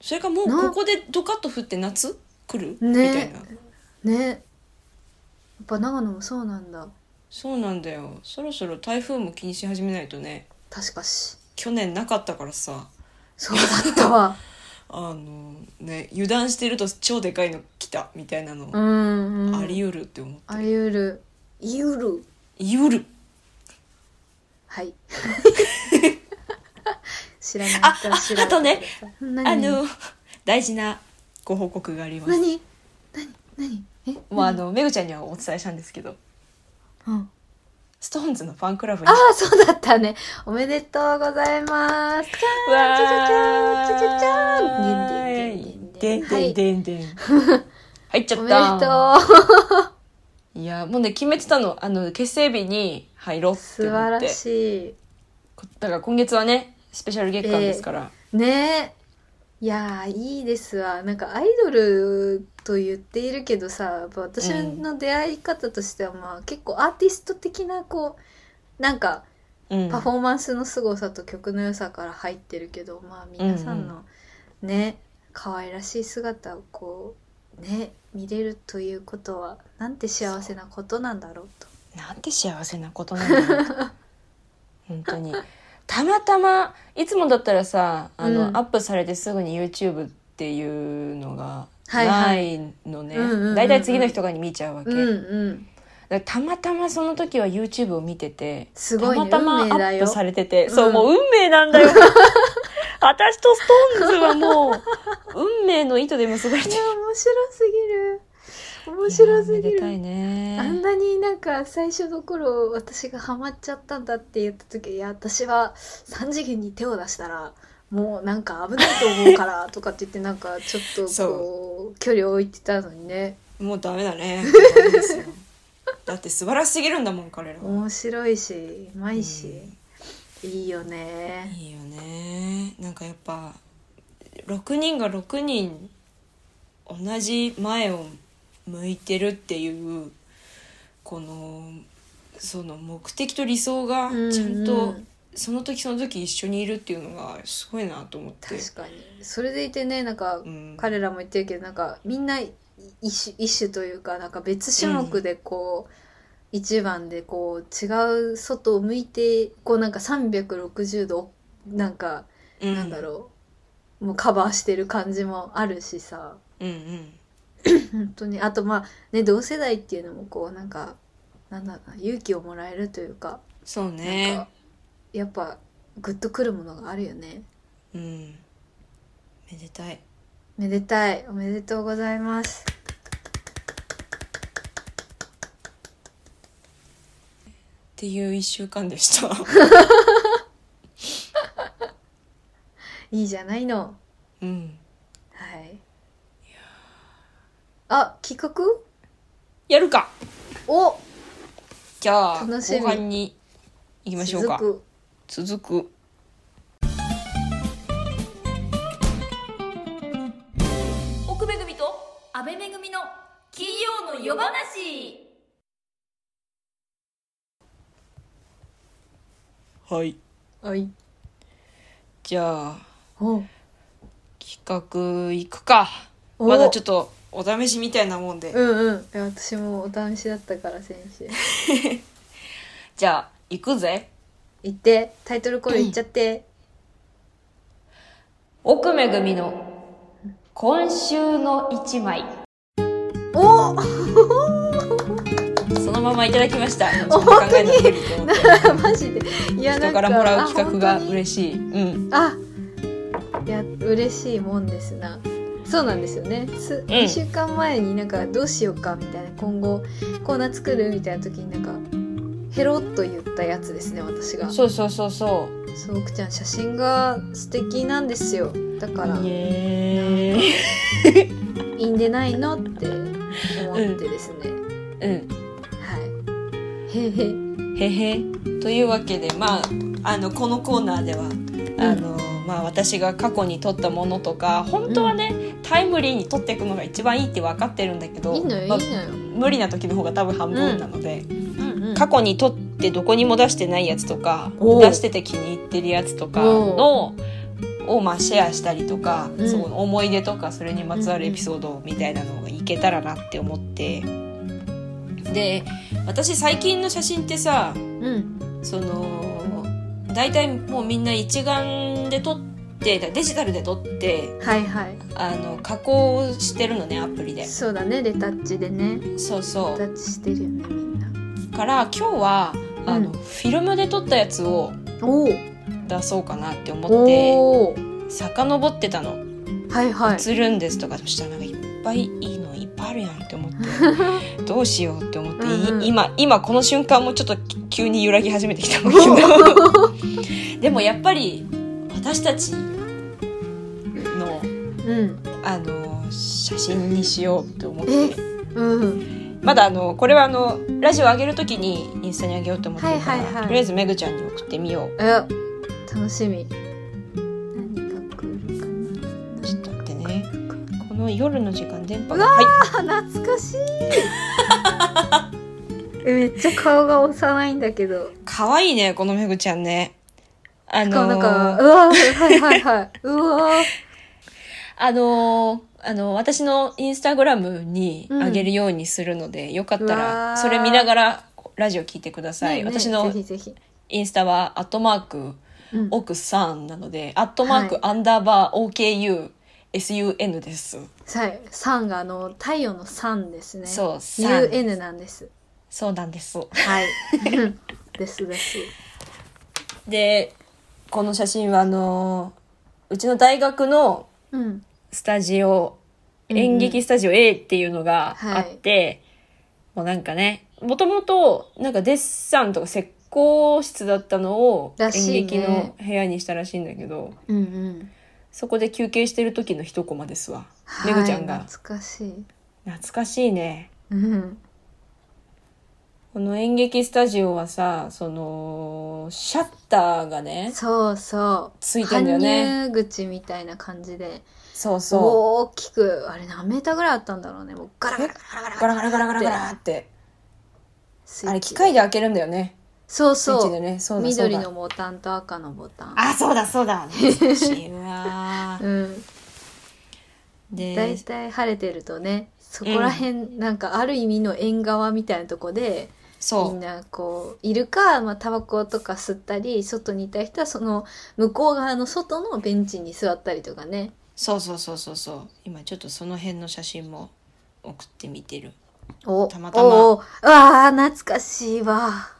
[SPEAKER 1] それかもう
[SPEAKER 2] な
[SPEAKER 1] ここでドカッと降って夏来る、
[SPEAKER 2] ね
[SPEAKER 1] みたいな。
[SPEAKER 2] ねやっぱ長野もそうなんだ
[SPEAKER 1] そうなんだよ。そろそろ台風も気にし始めないとね。
[SPEAKER 2] 確かし
[SPEAKER 1] 去年なかったからさ。
[SPEAKER 2] そうだっ たわ
[SPEAKER 1] あのね油断してると超でかいの来たみたいなの、
[SPEAKER 2] うん、うん、
[SPEAKER 1] あり得るって思っ
[SPEAKER 2] ありうるい得る
[SPEAKER 1] いうる
[SPEAKER 2] はい 知らない
[SPEAKER 1] あ
[SPEAKER 2] 人は知らない
[SPEAKER 1] ああとね
[SPEAKER 2] 何
[SPEAKER 1] あの大事なご報告があります
[SPEAKER 2] 何何何え
[SPEAKER 1] もうあのめぐちゃんにはお伝えしたんですけど
[SPEAKER 2] うん
[SPEAKER 1] ストーンズのファンクラブに
[SPEAKER 2] ああ、そうだったね。おめでとうございます。じゃーん、じゃじゃじゃじゃじゃーん。でんでんで
[SPEAKER 1] で
[SPEAKER 2] ん
[SPEAKER 1] ん
[SPEAKER 2] で
[SPEAKER 1] でんでんで
[SPEAKER 2] んでん。はい
[SPEAKER 1] ん入っちゃ
[SPEAKER 2] お
[SPEAKER 1] っ
[SPEAKER 2] め
[SPEAKER 1] た
[SPEAKER 2] でとう。
[SPEAKER 1] いやもうね決めてたのあの結成日に入ろうって
[SPEAKER 2] 素
[SPEAKER 1] 思
[SPEAKER 2] 晴
[SPEAKER 1] っ
[SPEAKER 2] ら
[SPEAKER 1] て
[SPEAKER 2] し
[SPEAKER 1] だから今月はねスペシャル月間ですから、
[SPEAKER 2] い。ねえ。いやー、いいですわ。なんかアイドルと言っているけどさ、やっぱ私の出会い方としては、まあ結構アーティスト的な、こう、なんか、
[SPEAKER 1] うん
[SPEAKER 2] パフォーマンスの凄さと曲の良さから入ってるけどまあ皆さんのね可愛らしい姿をこうね見れるということはなんて幸せなことなんだろうと。
[SPEAKER 1] なんて幸せなことなんだろうと本当にたまたまいつもだったらさあの、
[SPEAKER 2] うん
[SPEAKER 1] アップされてすぐに YouTube っていうのが
[SPEAKER 2] はいは
[SPEAKER 1] ないいのね、
[SPEAKER 2] うんうんうんうん
[SPEAKER 1] だいたい次の人がに見ちゃうわけ、
[SPEAKER 2] うんうん、
[SPEAKER 1] だからたまたまその時は YouTube を見てて
[SPEAKER 2] すごいね
[SPEAKER 1] たま
[SPEAKER 2] 運
[SPEAKER 1] たま
[SPEAKER 2] 命
[SPEAKER 1] アッ
[SPEAKER 2] だよ
[SPEAKER 1] プされてて、そう
[SPEAKER 2] うん
[SPEAKER 1] もう運命なんだよ私とストーンズは もう運命の糸で結ばれ
[SPEAKER 2] い
[SPEAKER 1] て
[SPEAKER 2] や
[SPEAKER 1] る
[SPEAKER 2] 面白すぎる面白すぎ
[SPEAKER 1] いやーめで
[SPEAKER 2] る、
[SPEAKER 1] たいね
[SPEAKER 2] あんなになんか最初の頃私がハマっちゃったんだって言った時いや私は3次元に手を出したらもうなんか危ないと思うから とかって言ってなんかちょっとこう距離を置いてたのにね
[SPEAKER 1] もうダメだねダメですよだって素晴らしすぎるんだもん彼らは
[SPEAKER 2] 面白いしうまいし、いいよ
[SPEAKER 1] うん
[SPEAKER 2] ね
[SPEAKER 1] いいよねなんかやっぱ6人が6人同じ前を向いてるっていうこのその目的と理想が
[SPEAKER 2] うんうん
[SPEAKER 1] ちゃんとその時その時一緒にいるっていうのがすごいなと思って、
[SPEAKER 2] 確かにそれでいてねなんか
[SPEAKER 1] うん、
[SPEAKER 2] 彼らも言ってるけどなんかみんない一種一種というかなんか別種目でこう、一番でこう違う外を向いてこうなんか360度なんか、
[SPEAKER 1] うん
[SPEAKER 2] なんだろうもうカバーしてる感じもあるしさ
[SPEAKER 1] うんうん
[SPEAKER 2] 本当にあとまあね同世代っていうのもこうなんかなんだろうな勇気をもらえるというか、
[SPEAKER 1] そう
[SPEAKER 2] なん
[SPEAKER 1] ね
[SPEAKER 2] かやっぱグッとくるものがあるよね
[SPEAKER 1] うんめでたい
[SPEAKER 2] めでたいおめでとうございま
[SPEAKER 1] っ
[SPEAKER 2] す
[SPEAKER 1] ていう一週間でした。
[SPEAKER 2] いいじゃないの
[SPEAKER 1] うん。
[SPEAKER 2] はい。あ、企画
[SPEAKER 1] やるか。
[SPEAKER 2] お
[SPEAKER 1] じゃあ後
[SPEAKER 2] 楽しみ
[SPEAKER 1] 半に行きましょうか。
[SPEAKER 2] 続く
[SPEAKER 1] 続く。
[SPEAKER 3] 奥めぐみと安倍めぐみの金曜の夜話
[SPEAKER 1] はい。
[SPEAKER 2] はい。
[SPEAKER 1] じゃあ
[SPEAKER 2] お
[SPEAKER 1] 企画行くか。
[SPEAKER 2] お
[SPEAKER 1] まだちょっとお試しみたいなもんで。
[SPEAKER 2] うんうん。いや私もお試しだったから、先週。
[SPEAKER 1] じゃあ行くぜ。
[SPEAKER 2] 行って、タイトルコール行っちゃって。
[SPEAKER 1] 奥めぐみの今週の一枚。
[SPEAKER 2] お
[SPEAKER 1] そのままいただきま した。ちょっと考えなくていいと思って
[SPEAKER 2] マジで。いや、な
[SPEAKER 1] 人
[SPEAKER 2] ん
[SPEAKER 1] か
[SPEAKER 2] か。
[SPEAKER 1] らもらう企画が
[SPEAKER 2] あ本
[SPEAKER 1] 嬉しい。うん。
[SPEAKER 2] 当にあ、いや、嬉しいもんですな。そうなんですよねす、
[SPEAKER 1] ん
[SPEAKER 2] 1週間前になんかどうしようかみたいな今後コーナー作るみたいな時になんかヘロッと言ったやつですね私が
[SPEAKER 1] そうそうそうそう
[SPEAKER 2] そう奥ちゃん写真が素敵なんですよだから
[SPEAKER 1] イエーイ
[SPEAKER 2] いいんでないのって思ってですね、
[SPEAKER 1] うん
[SPEAKER 2] はいへへ
[SPEAKER 1] へへというわけでまああのこのコーナーでは、あのまあ、私が過去に撮ったものとか本当はね、タイムリーに撮っていくのが一番いいって分かってるんだけど
[SPEAKER 2] いいのよいい
[SPEAKER 1] まあ
[SPEAKER 2] のよ、
[SPEAKER 1] 無理な時の方が多分半分なので、
[SPEAKER 2] うんうん
[SPEAKER 1] 過去に撮ってどこにも出してないやつとか
[SPEAKER 2] おう
[SPEAKER 1] 出してて気に入ってるやつとかのをまあシェアしたりとか、
[SPEAKER 2] うん
[SPEAKER 1] その思い出とかそれにまつわるエピソードみたいなのがいけたらなって思ってで私最近の写真ってさ
[SPEAKER 2] うん
[SPEAKER 1] その大体もうみんな一眼で撮ってデジタルで撮って
[SPEAKER 2] はいはい
[SPEAKER 1] あの加工してるのねアプリで
[SPEAKER 2] そうだねレタッチでね
[SPEAKER 1] そう
[SPEAKER 2] レ
[SPEAKER 1] そ
[SPEAKER 2] タッチしてるよねみんな
[SPEAKER 1] うから今日はあの、
[SPEAKER 2] うん
[SPEAKER 1] フィルムで撮ったやつを
[SPEAKER 2] おー
[SPEAKER 1] 出そうかなって思って
[SPEAKER 2] おー
[SPEAKER 1] 遡ってたの
[SPEAKER 2] はいはい
[SPEAKER 1] 映るんですとかそしたらなんかいっぱいいいのいっぱいあるやんって思って どうしようって思って、い
[SPEAKER 2] うんうん
[SPEAKER 1] 今今この瞬間もちょっと急に揺らぎ始めてきたんだけど でもやっぱり私たちの
[SPEAKER 2] うん
[SPEAKER 1] あの写真にしようって思って
[SPEAKER 2] うん
[SPEAKER 1] まだあのこれはあのラジオ上げる時にインスタに上げようと思ってるから、
[SPEAKER 2] はいはいはい
[SPEAKER 1] とりあえずめぐちゃんに送ってみよう
[SPEAKER 2] え楽しみ何が来るかな
[SPEAKER 1] ちょっと待ってねこの夜の時間電波
[SPEAKER 2] う
[SPEAKER 1] が
[SPEAKER 2] わ
[SPEAKER 1] はい
[SPEAKER 2] あ懐 かしいめっちゃ顔が幼いんだけど
[SPEAKER 1] 可愛いねこのめぐちゃんねあの
[SPEAKER 2] 顔なんか
[SPEAKER 1] ー
[SPEAKER 2] うわーはいは いはいうわー
[SPEAKER 1] あのーあの私のインスタグラムに
[SPEAKER 2] うん
[SPEAKER 1] 上げるようにするので、よかった
[SPEAKER 2] うわ
[SPEAKER 1] ら
[SPEAKER 2] ー
[SPEAKER 1] それ見ながらラジオ聞いてください、
[SPEAKER 2] ねえねえ
[SPEAKER 1] 私の
[SPEAKER 2] ぜひぜひ
[SPEAKER 1] インスタはアットマーク
[SPEAKER 2] うん
[SPEAKER 1] 奥さんなので、アットマー
[SPEAKER 2] は
[SPEAKER 1] ク
[SPEAKER 2] い
[SPEAKER 1] アンダーバー OKUSUN です。
[SPEAKER 2] ささんがあの太陽のさんですね
[SPEAKER 1] そう、さん
[SPEAKER 2] UN なんです
[SPEAKER 1] そうなんです。
[SPEAKER 2] はい ですです
[SPEAKER 1] で、この写真はあのーうちの大学の
[SPEAKER 2] うん
[SPEAKER 1] スタジオ、
[SPEAKER 2] うん
[SPEAKER 1] 演劇スタジオ A っていうのが
[SPEAKER 2] は
[SPEAKER 1] あ
[SPEAKER 2] い
[SPEAKER 1] って、もうなんかね、もともとなんかデッサンとか石膏室だったのを
[SPEAKER 2] らし
[SPEAKER 1] 演
[SPEAKER 2] いね
[SPEAKER 1] 劇の部屋にしたらしいんだけど、
[SPEAKER 2] うんうん
[SPEAKER 1] そこで休憩してる時の一コマですわ。めぐちゃん
[SPEAKER 2] は
[SPEAKER 1] が
[SPEAKER 2] い。懐かしい
[SPEAKER 1] 懐かしいね。
[SPEAKER 2] うん
[SPEAKER 1] この演劇スタジオはさそのシャッターがね
[SPEAKER 2] そうそう
[SPEAKER 1] ついてんだよね
[SPEAKER 2] 搬入口みたいな感じで
[SPEAKER 1] そうそ
[SPEAKER 2] 大きくあれ何メーターぐらいあったんだろうねもうガラガラガラガラ
[SPEAKER 1] うガラガラガラガラガラって
[SPEAKER 2] スイッチ
[SPEAKER 1] あれ機械で開けるんだよね
[SPEAKER 2] そう
[SPEAKER 1] スイッ
[SPEAKER 2] そ
[SPEAKER 1] チ
[SPEAKER 2] う
[SPEAKER 1] でねそうだそう
[SPEAKER 2] 緑
[SPEAKER 1] だ
[SPEAKER 2] のボタンと赤のボタン
[SPEAKER 1] あそうだ そうだ懐かしいわ
[SPEAKER 2] うんだい
[SPEAKER 1] で
[SPEAKER 2] たい晴れてるとねそこら辺、なんかある意味の縁側みたいなとこでみん
[SPEAKER 1] そ
[SPEAKER 2] なこういるかまあタバコとか吸ったり外にいた人はその向こう側の外のベンチに座ったりとか
[SPEAKER 1] う
[SPEAKER 2] ね
[SPEAKER 1] そうそうそうそうそう今ちょっとその辺の写真も送ってみてる
[SPEAKER 2] お
[SPEAKER 1] たまたま
[SPEAKER 2] おうわー懐かしいわ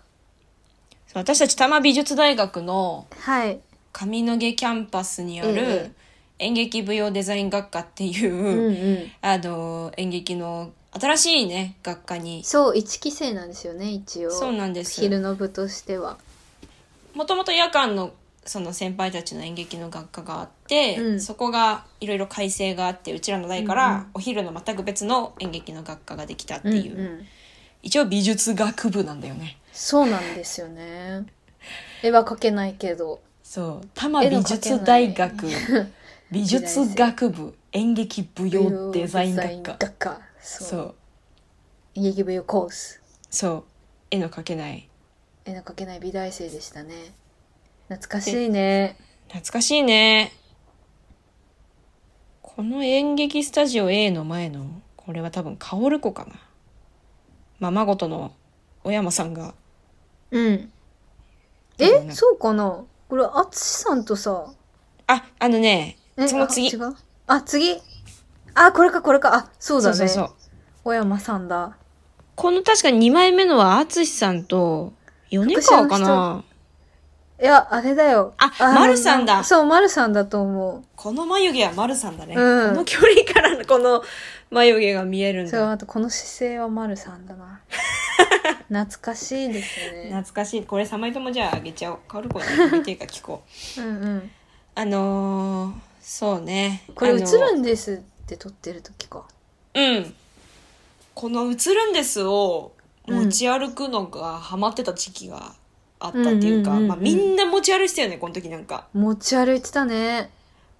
[SPEAKER 1] そう私たち多摩美術大学の
[SPEAKER 2] はい
[SPEAKER 1] 上野毛キャンパスにあ
[SPEAKER 2] え
[SPEAKER 1] る演劇舞踊デザイン学科っていう、
[SPEAKER 2] うんうん
[SPEAKER 1] あの演劇の新しいね学科に
[SPEAKER 2] そう1期生なんですよね一応
[SPEAKER 1] そうなんです
[SPEAKER 2] 昼の部としては
[SPEAKER 1] もともと夜間のその先輩たちの演劇の学科があって、
[SPEAKER 2] うん
[SPEAKER 1] そこがいろいろ改正があってうちらの代か
[SPEAKER 2] うんう
[SPEAKER 1] らお昼の全く別の演劇の学科ができたっていう、
[SPEAKER 2] うんうん、
[SPEAKER 1] 一応美術学部なんだよね
[SPEAKER 2] そうなんですよ ね絵は描けないけど
[SPEAKER 1] そう多摩美術大学美術学部演劇舞踊デザイン学科
[SPEAKER 2] 学科そう
[SPEAKER 1] そう
[SPEAKER 2] 演劇舞踊コース
[SPEAKER 1] そう絵の描けない
[SPEAKER 2] 絵の描けない美大生でしたね懐かしいね
[SPEAKER 1] 懐かしいねこの演劇スタジオ A の前のこれは多分薫子かなまあ孫との小山さんが
[SPEAKER 2] うん
[SPEAKER 1] 多分
[SPEAKER 2] え
[SPEAKER 1] ね
[SPEAKER 2] そうかなこれ淳さんとさ
[SPEAKER 1] ああのね
[SPEAKER 2] え
[SPEAKER 1] その次
[SPEAKER 2] あ違うあ次あこれかこれかあそうだね
[SPEAKER 1] そうそう
[SPEAKER 2] 小山さんだ
[SPEAKER 1] この確か2枚目のは淳さんと米川か
[SPEAKER 2] 副賞の
[SPEAKER 1] な
[SPEAKER 2] いや、あれだよ。
[SPEAKER 1] あ
[SPEAKER 2] の
[SPEAKER 1] 丸さんだ
[SPEAKER 2] そう、丸さんだと思
[SPEAKER 1] この眉毛は丸さんだね、
[SPEAKER 2] うん
[SPEAKER 1] この距離からのこの眉毛が見える
[SPEAKER 2] う。
[SPEAKER 1] ん
[SPEAKER 2] そう、
[SPEAKER 1] だ
[SPEAKER 2] あとこの姿勢は丸さん だな。懐かしいですね。
[SPEAKER 1] 懐かしいこれ3枚ともじゃああげちゃおうカオルコに何見てるか聞こう
[SPEAKER 2] うんうん。
[SPEAKER 1] あのー、そうね
[SPEAKER 2] これ
[SPEAKER 1] あ
[SPEAKER 2] 映
[SPEAKER 1] の
[SPEAKER 2] るんですって撮ってる時か。
[SPEAKER 1] うんこの「映るんです」を持ち歩くのがハマってた時期があったっていう
[SPEAKER 2] うん
[SPEAKER 1] か
[SPEAKER 2] うんうんうん
[SPEAKER 1] まあみんな持ち歩いてたよねこの時なんか
[SPEAKER 2] 持ち歩いてたね。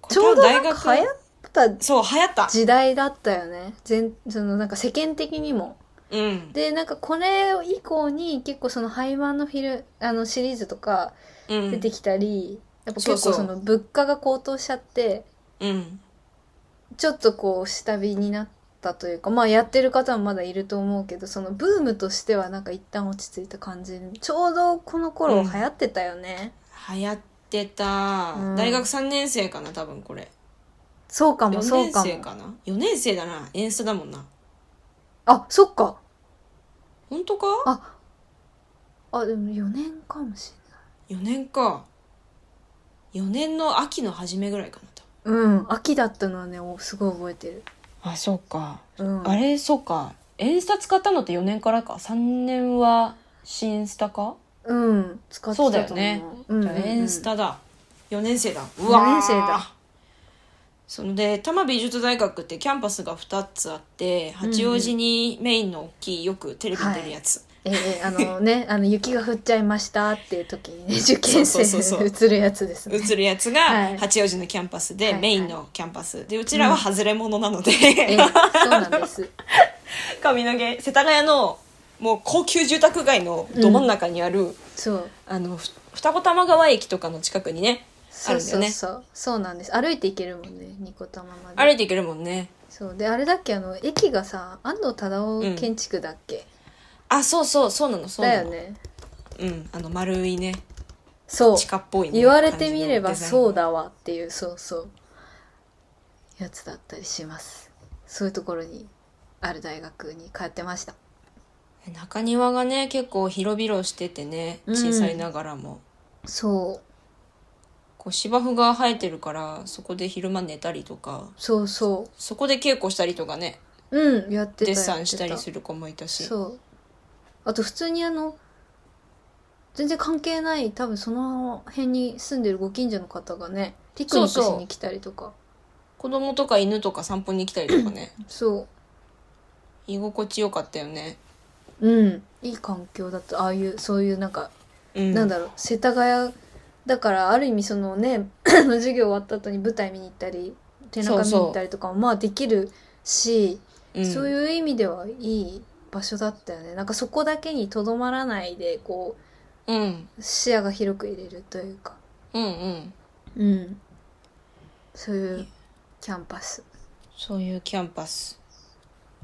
[SPEAKER 2] ちょ
[SPEAKER 1] こ
[SPEAKER 2] うど
[SPEAKER 1] れ多
[SPEAKER 2] なん
[SPEAKER 1] 分
[SPEAKER 2] か流行った
[SPEAKER 1] そう流行った
[SPEAKER 2] 時代だったよね。全、そのなんか世間的にも。
[SPEAKER 1] うん
[SPEAKER 2] で、なんかこれ以降に結構その廃盤のフィル、あのシリーズとか
[SPEAKER 1] うん
[SPEAKER 2] 出てきたり、やっぱ結
[SPEAKER 1] そう
[SPEAKER 2] 構
[SPEAKER 1] そ
[SPEAKER 2] そうの物価が高騰しちゃって、
[SPEAKER 1] うん
[SPEAKER 2] ちょっとこう下火になったというか、まあやってる方もまだいると思うけど、そのブームとしてはなんか一旦落ち着いた感じ。ちょうどこの頃
[SPEAKER 1] うん
[SPEAKER 2] 流行ってたよね。
[SPEAKER 1] 流行ってた、
[SPEAKER 2] うん
[SPEAKER 1] 大学3年生かな多分これ
[SPEAKER 2] そうかも、
[SPEAKER 1] 4
[SPEAKER 2] そう
[SPEAKER 1] 年
[SPEAKER 2] か
[SPEAKER 1] 生
[SPEAKER 2] も。
[SPEAKER 1] かな4年生だな演出だもんな
[SPEAKER 2] あ、そっか。
[SPEAKER 1] 本当か
[SPEAKER 2] あ、あ、でも4年かもし
[SPEAKER 1] 4年か4年の秋の初めぐらいかな多
[SPEAKER 2] れない。うん、秋だったのはね、おすごい覚えてる。
[SPEAKER 1] 分あそうか
[SPEAKER 2] うん。
[SPEAKER 1] あれそうか演出使ったのって4年からか3年は新スタか、
[SPEAKER 2] うん、使ってたと
[SPEAKER 1] そう
[SPEAKER 2] 思
[SPEAKER 1] だよね、
[SPEAKER 2] うんうん
[SPEAKER 1] じゃ
[SPEAKER 2] う
[SPEAKER 1] あ
[SPEAKER 2] ん、
[SPEAKER 1] 演スタだ4年生だうわー
[SPEAKER 2] 四年生だ
[SPEAKER 1] そので多摩美術大学ってキャンパスが2つあって八王子にメインの大きいよくテレビに出るやつ、
[SPEAKER 2] ええあのね、 あの雪が降っちゃいましたっていう 時にね、受験生
[SPEAKER 1] そうそうそう
[SPEAKER 2] 映るやつですね。
[SPEAKER 1] 映るやつ
[SPEAKER 2] は
[SPEAKER 1] が
[SPEAKER 2] い
[SPEAKER 1] 八王子のキャンパス
[SPEAKER 2] は
[SPEAKER 1] で、
[SPEAKER 2] いはい
[SPEAKER 1] メインのキャンパスでうちらは外れ者なので、
[SPEAKER 2] ええそうなんです。
[SPEAKER 1] 髪の毛世田谷のもう高級住宅街のど真ん中にある、
[SPEAKER 2] そう。
[SPEAKER 1] あのふ二子玉川駅とかの近くにねあ
[SPEAKER 2] そう
[SPEAKER 1] るんだ
[SPEAKER 2] そ
[SPEAKER 1] よ
[SPEAKER 2] う
[SPEAKER 1] ね
[SPEAKER 2] そう。そうなんです。歩いて行けるもんね、ニコタマまで。
[SPEAKER 1] 歩いていけるもんね
[SPEAKER 2] そう。で、あれだっけ、あの、駅がさ、安藤忠雄建築だっけ、
[SPEAKER 1] あそうそうそうなのそう
[SPEAKER 2] だ
[SPEAKER 1] な
[SPEAKER 2] よ
[SPEAKER 1] の、
[SPEAKER 2] ね。
[SPEAKER 1] うんあの丸いね
[SPEAKER 2] そう。
[SPEAKER 1] 地下っぽい、ね、
[SPEAKER 2] 言われてみればそううだわっていう、そうそう。やつだったりします。そういうところに、ある大学に通ってました。
[SPEAKER 1] 中庭がね結構広々しててね
[SPEAKER 2] うん
[SPEAKER 1] 小さいながらも、
[SPEAKER 2] そう。
[SPEAKER 1] こう芝生が生えてるからそこで昼間寝たりとか
[SPEAKER 2] そうそ
[SPEAKER 1] そこで稽古したりとかね
[SPEAKER 2] う。うん、やってた。
[SPEAKER 1] デッサンしたり
[SPEAKER 2] る。
[SPEAKER 1] する子もいたし
[SPEAKER 2] そう。あと普通にあの、全然関係ない、多分その辺に住んでるご近所の方がね、ピクニックし
[SPEAKER 1] そうそう
[SPEAKER 2] に来たりとか。
[SPEAKER 1] 子供とか犬とか散歩に来たりとかね
[SPEAKER 2] そう
[SPEAKER 1] 居心地よかったよね、
[SPEAKER 2] う。ん。いい環境だった。ああいう、そういうなんか、
[SPEAKER 1] うん、
[SPEAKER 2] なんだろう、世田谷、だからある意味そのね、 あの授業終わった後に舞台見に行ったり、手中見に行ったりとかもまあできるし、
[SPEAKER 1] うん、
[SPEAKER 2] そういう意味ではいい場所だったよね。なんかそこだけにとどまらないで、こう、
[SPEAKER 1] うん
[SPEAKER 2] 視野が広く入れるというか、
[SPEAKER 1] うんうん
[SPEAKER 2] うん、そういうキャンパス。
[SPEAKER 1] そういうキャンパス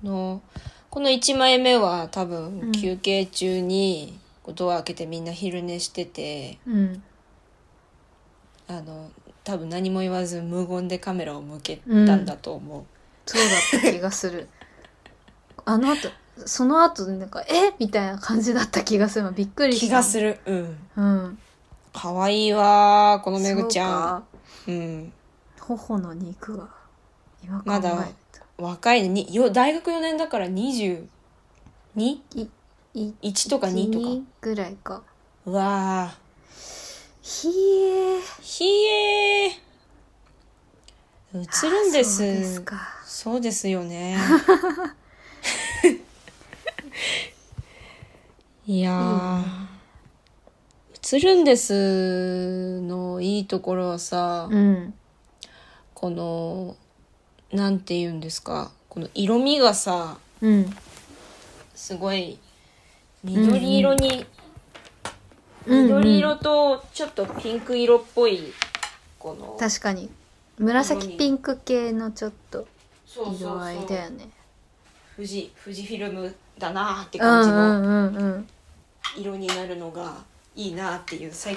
[SPEAKER 1] のこの1枚目は多
[SPEAKER 2] う
[SPEAKER 1] 分
[SPEAKER 2] ん
[SPEAKER 1] 休憩中にこうドア開けてみんな昼寝してて
[SPEAKER 2] うん、
[SPEAKER 1] あの多分何も言わず無言でカメラを向けたんだと思う、
[SPEAKER 2] そうだった気がする。 あの後、その後なんか、えみたいな感じだった気がするの。びっくりした。
[SPEAKER 1] 気がす
[SPEAKER 2] る。
[SPEAKER 1] るうん
[SPEAKER 2] うん。
[SPEAKER 1] かわいいわーこのめ
[SPEAKER 2] そう
[SPEAKER 1] ぐちゃん
[SPEAKER 2] か。
[SPEAKER 1] う、ん、
[SPEAKER 2] 頬の肉が、今考え
[SPEAKER 1] ま
[SPEAKER 2] ると
[SPEAKER 1] だ若いねによ大学4年だから 22?1
[SPEAKER 2] い
[SPEAKER 1] とか2と
[SPEAKER 2] 1
[SPEAKER 1] か
[SPEAKER 2] ぐらいか。
[SPEAKER 1] うわー
[SPEAKER 2] ひえ。
[SPEAKER 1] ひえー映るんで
[SPEAKER 2] あ
[SPEAKER 1] す
[SPEAKER 2] そうですか。
[SPEAKER 1] そうですよ ねいやー映るんですのいいところはさ、
[SPEAKER 2] うん。
[SPEAKER 1] このなんて言うんですかこの色味がさ
[SPEAKER 2] うん。
[SPEAKER 1] すごい緑色に、
[SPEAKER 2] うん
[SPEAKER 1] 緑色とちょっとピンク色っぽいこの
[SPEAKER 2] 確かに。紫ピンク系のちょっと
[SPEAKER 1] そうそう
[SPEAKER 2] 色合
[SPEAKER 1] そ
[SPEAKER 2] いうだよね。
[SPEAKER 1] 富士富士フィルムだなーって
[SPEAKER 2] うん
[SPEAKER 1] 感じ
[SPEAKER 2] う
[SPEAKER 1] の
[SPEAKER 2] んうんうん。
[SPEAKER 1] 色になるのがいいなっていう最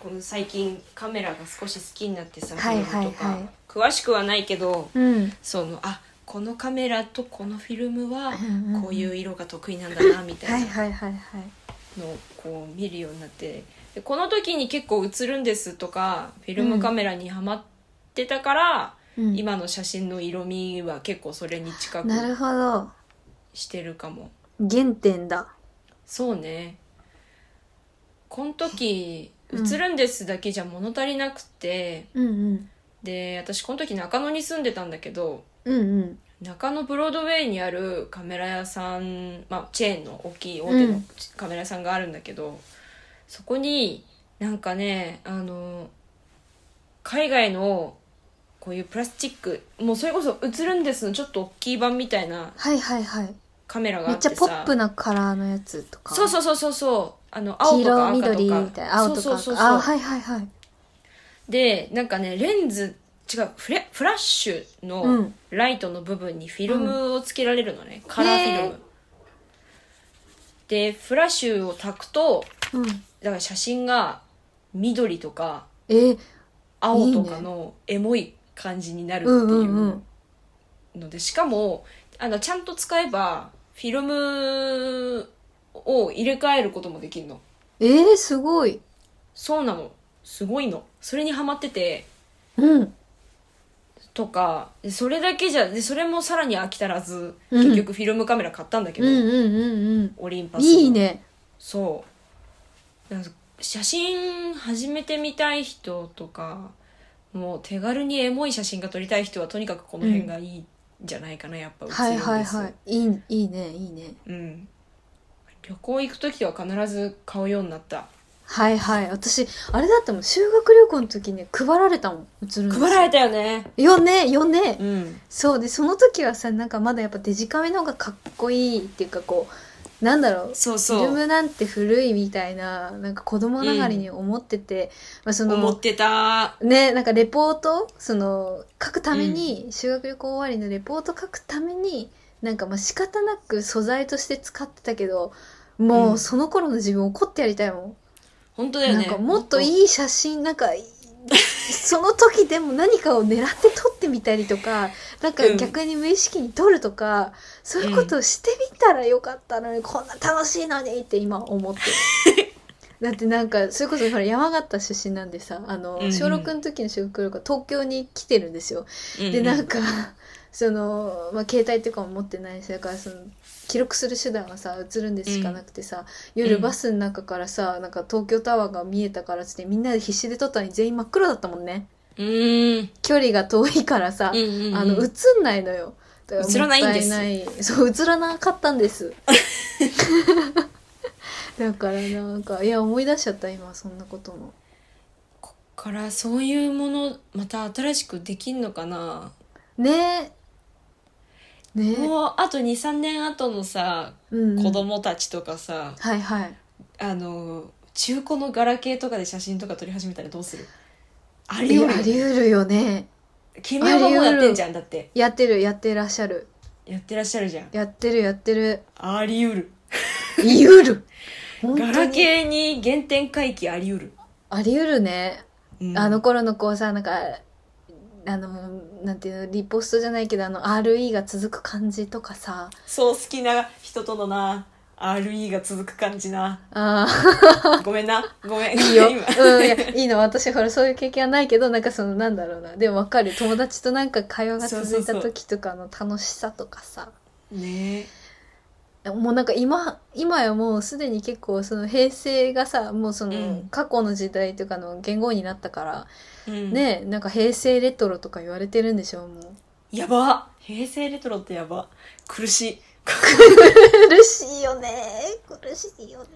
[SPEAKER 1] この最近カメラが少し好きになってさ、
[SPEAKER 2] はい
[SPEAKER 1] フィルムとか
[SPEAKER 2] はいはい
[SPEAKER 1] 詳しくはないけど
[SPEAKER 2] うん。
[SPEAKER 1] そのあこのカ メラとこのフィルムは
[SPEAKER 2] うんうんうん
[SPEAKER 1] こういう色が得意なんだなみたいな、
[SPEAKER 2] はいはいはいはい。
[SPEAKER 1] のをこう見るようになってでこの時に結構映るんですとかフィルムカメラにはまってたから、
[SPEAKER 2] うん、
[SPEAKER 1] 今の写真の色味は結構それに近く
[SPEAKER 2] なるほど
[SPEAKER 1] してるかも
[SPEAKER 2] 原点だ
[SPEAKER 1] そうねこの時「映るんです」だけじゃ物足りなくて、
[SPEAKER 2] うんうん
[SPEAKER 1] で私この時中野に住んでたんだけど
[SPEAKER 2] うんうん
[SPEAKER 1] 中野ブロードウェイにあるカメラ屋さん、まあ、チェーンの大きい大手
[SPEAKER 2] う
[SPEAKER 1] の
[SPEAKER 2] ん
[SPEAKER 1] カメラ屋さんがあるんだけど、そこになんかねあの海外のこういうプラスチックもうそれこそ映るんですのちょっと大きい版みたいな
[SPEAKER 2] はいはいはい
[SPEAKER 1] カメラがあ
[SPEAKER 2] め
[SPEAKER 1] っ
[SPEAKER 2] っちゃ
[SPEAKER 1] て
[SPEAKER 2] ポ
[SPEAKER 1] さ
[SPEAKER 2] ップなカラーのやつとか
[SPEAKER 1] そうそうそうそうそうあの
[SPEAKER 2] 黄
[SPEAKER 1] 青とか
[SPEAKER 2] 色
[SPEAKER 1] 赤とか
[SPEAKER 2] 緑みたいな青とか
[SPEAKER 1] そうそうそう
[SPEAKER 2] あ
[SPEAKER 1] そう
[SPEAKER 2] はいはいはい
[SPEAKER 1] でなんかねレンズ違うフレフラッシュ
[SPEAKER 2] う
[SPEAKER 1] の
[SPEAKER 2] ん
[SPEAKER 1] ライトの部分にフィルムをつけられるのね、カラーフィルム、でフラッシュを焚くと
[SPEAKER 2] うん
[SPEAKER 1] だから写真が緑とか
[SPEAKER 2] えー、
[SPEAKER 1] 青とかのエモい感じになるって
[SPEAKER 2] う
[SPEAKER 1] い
[SPEAKER 2] んうんう
[SPEAKER 1] うんのでしかもあのちゃんと使えばフィルムを入れ替えることもできるの
[SPEAKER 2] えー、すごい
[SPEAKER 1] そうなのすごいのそれにハマってて
[SPEAKER 2] うん
[SPEAKER 1] とかでそれだけじゃでそれもさらに飽き足らず
[SPEAKER 2] うん
[SPEAKER 1] 結局フィルムカメラ買ったんだけ
[SPEAKER 2] うん
[SPEAKER 1] ど、
[SPEAKER 2] うんうん
[SPEAKER 1] オリンパ
[SPEAKER 2] うん
[SPEAKER 1] スの
[SPEAKER 2] いいね
[SPEAKER 1] そうなんか写真始めてみたい人とかもう手軽にエモい写真が撮りたい人はとにかくこの辺がいいんじゃないかな、やっぱ、
[SPEAKER 2] はいはいはいいいいいいねいいね
[SPEAKER 1] うん、旅行行く時は必ず買うようになった
[SPEAKER 2] はいはい私あれだったもん修学旅行の時に配られたもん映るんです
[SPEAKER 1] 配られたよね
[SPEAKER 2] よねよね
[SPEAKER 1] うん
[SPEAKER 2] そうでその時はさなんかまだやっぱデジカメの方がかっこいいっていうかこうなんだろう
[SPEAKER 1] そう
[SPEAKER 2] フィル
[SPEAKER 1] そう
[SPEAKER 2] ムなんて古いみたいななんか子供ながらに思ってて、まあそ
[SPEAKER 1] 思っ
[SPEAKER 2] の
[SPEAKER 1] てた
[SPEAKER 2] ねなんかレポートその書くために、修学旅行終わりのレポート書くためになんかまあ仕方なく素材として使ってたけど
[SPEAKER 1] う
[SPEAKER 2] も
[SPEAKER 1] ん
[SPEAKER 2] うその頃の自分怒ってやりたいもん、
[SPEAKER 1] 本当だよね
[SPEAKER 2] なんかもっといい写真なんかいその時でも何かを狙って撮ってみたりと かなんか
[SPEAKER 1] うん
[SPEAKER 2] 逆に無意識に撮るとか、そういうことをしてみたらよかったのに、こんな楽しいのにって今思って るだってなんかそれこそほら山形出身なんでさあの、
[SPEAKER 1] うんうん
[SPEAKER 2] 小6の時の修学旅行東京に来てるんですよ。
[SPEAKER 1] う
[SPEAKER 2] でなん
[SPEAKER 1] か
[SPEAKER 2] かその、まあ、携帯とかも持ってないしだからその記録する手段がさ映るんですしかなくてさ、
[SPEAKER 1] う
[SPEAKER 2] 夜
[SPEAKER 1] ん
[SPEAKER 2] バスの中からさなんか東京タワーが見えたからっつってみんなで必死で撮ったのに全員真っ黒だったもんね
[SPEAKER 1] うんうん
[SPEAKER 2] 距離が遠いからさ、
[SPEAKER 1] うんうんうん
[SPEAKER 2] あの映んないのよだから
[SPEAKER 1] 映らないんです
[SPEAKER 2] もったいないそう映らなかったんです だからなんかいや思い出しちゃった今そんなことも
[SPEAKER 1] こっからそういうものまた新しくできんのかな
[SPEAKER 2] ねえねえ、
[SPEAKER 1] もうあと23年後のさ
[SPEAKER 2] うんうん
[SPEAKER 1] 子供たちとかさ、
[SPEAKER 2] はいはい
[SPEAKER 1] あの中古のガラケーとかで写真とか撮り始めたらどうするあ
[SPEAKER 2] い
[SPEAKER 1] り
[SPEAKER 2] や
[SPEAKER 1] う
[SPEAKER 2] あり得るよね
[SPEAKER 1] 君はもうやってんじゃんだって
[SPEAKER 2] やってるやってらっしゃる
[SPEAKER 1] やってらっしゃるじゃん
[SPEAKER 2] やってるやってる
[SPEAKER 1] ありうる
[SPEAKER 2] 言い得る本当
[SPEAKER 1] ガ
[SPEAKER 2] に
[SPEAKER 1] ラケーに原点回帰ありうる、
[SPEAKER 2] あり得るね、
[SPEAKER 1] うん
[SPEAKER 2] あの頃の子さなんかあのなんていうのリポストじゃないけどあの RE が続く感じとかさ
[SPEAKER 1] そう好きな人とのな RE が続く感じな
[SPEAKER 2] あ
[SPEAKER 1] ごめんなごめん
[SPEAKER 2] あいいよ、
[SPEAKER 1] 今
[SPEAKER 2] うん、いやいいの私ほらそういう経験はないけどなんかそのなんだろうなでもわかる友達となんか会話が続いた時とかの楽しさとかさ
[SPEAKER 1] ねえ
[SPEAKER 2] もうなんか今今やもうすでに結構その平成がさもうそうの
[SPEAKER 1] ん
[SPEAKER 2] 過去の時代とかの言語になったから、
[SPEAKER 1] うん
[SPEAKER 2] ねなんか平成レトロとか言われてるんでしょもう
[SPEAKER 1] やば平成レトロってやば苦しい
[SPEAKER 2] 苦しいよね苦しいよね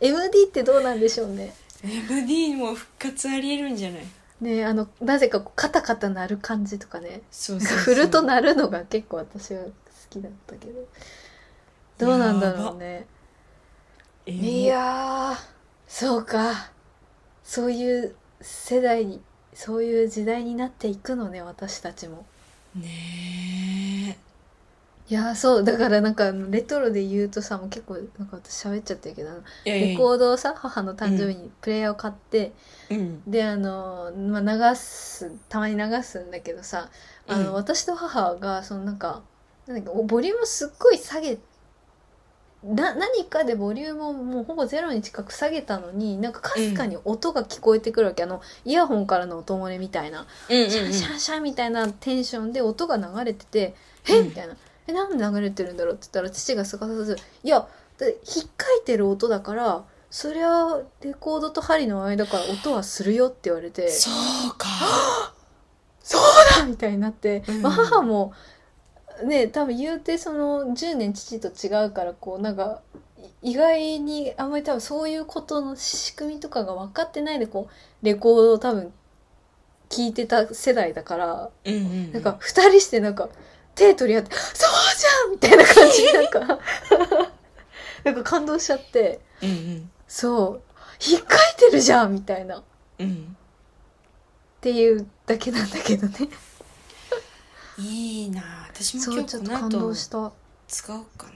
[SPEAKER 2] MD ってどうなんでしょうね
[SPEAKER 1] MD も復活ありえるんじゃない
[SPEAKER 2] ねあのなぜかこうカタカタ鳴る感じとかね
[SPEAKER 1] そう
[SPEAKER 2] なん
[SPEAKER 1] そ
[SPEAKER 2] か
[SPEAKER 1] う
[SPEAKER 2] 振ると鳴るのが結構私は好きだったけどどうなんだろうね
[SPEAKER 1] え
[SPEAKER 2] いやーそうかそういう世代にそういう時代になっていくのね私たちも
[SPEAKER 1] ね
[SPEAKER 2] いやーそうだからなんかあのレトロで言うとさもう結構なんか私喋っちゃってるけどあの
[SPEAKER 1] えいやいや
[SPEAKER 2] レコードをさ母の誕生日にプレイヤーを買って、
[SPEAKER 1] うん
[SPEAKER 2] であの、まあ、流すたまに流すんだけどさあの、
[SPEAKER 1] うん
[SPEAKER 2] 私と母がそのなんかなんだっけおボリュームすっごい下げな何かでボリュームをもうほぼゼロに近く下げたのになんかかすかに音が聞こえてくるわけ、あのイヤホンからの音漏れみたいな
[SPEAKER 1] うんうん
[SPEAKER 2] シャンシャンシャンみたいなテンションで音が流れてて「
[SPEAKER 1] うん
[SPEAKER 2] えみたいな「えなんで流れてるんだろう?」って言ったら父がすかさず「いやだって引っかいてる音だからそりゃレコードと針の間から音はするよ」って言われ て
[SPEAKER 1] そうか
[SPEAKER 2] そうだみたいになって、
[SPEAKER 1] うん
[SPEAKER 2] まあ、母もね多分言うてその10年父と違うからこうなんかい意外にあんまり多分そういうことの仕組みとかが分かってないでこうレコードを多分聞いてた世代だから
[SPEAKER 1] うんうん
[SPEAKER 2] なんか二人してなんか手取り合って「そうじゃん!」みたいな感じでなんか なんか感動しちゃって
[SPEAKER 1] うんうん
[SPEAKER 2] そう引っかいてるじゃんみたいなっ
[SPEAKER 1] うん
[SPEAKER 2] ていうだけなんだけどね
[SPEAKER 1] いいな私も
[SPEAKER 2] そ
[SPEAKER 1] 今
[SPEAKER 2] う
[SPEAKER 1] 日
[SPEAKER 2] ちょっ
[SPEAKER 1] ことの
[SPEAKER 2] 感
[SPEAKER 1] 後
[SPEAKER 2] 動した。
[SPEAKER 1] 使おうかな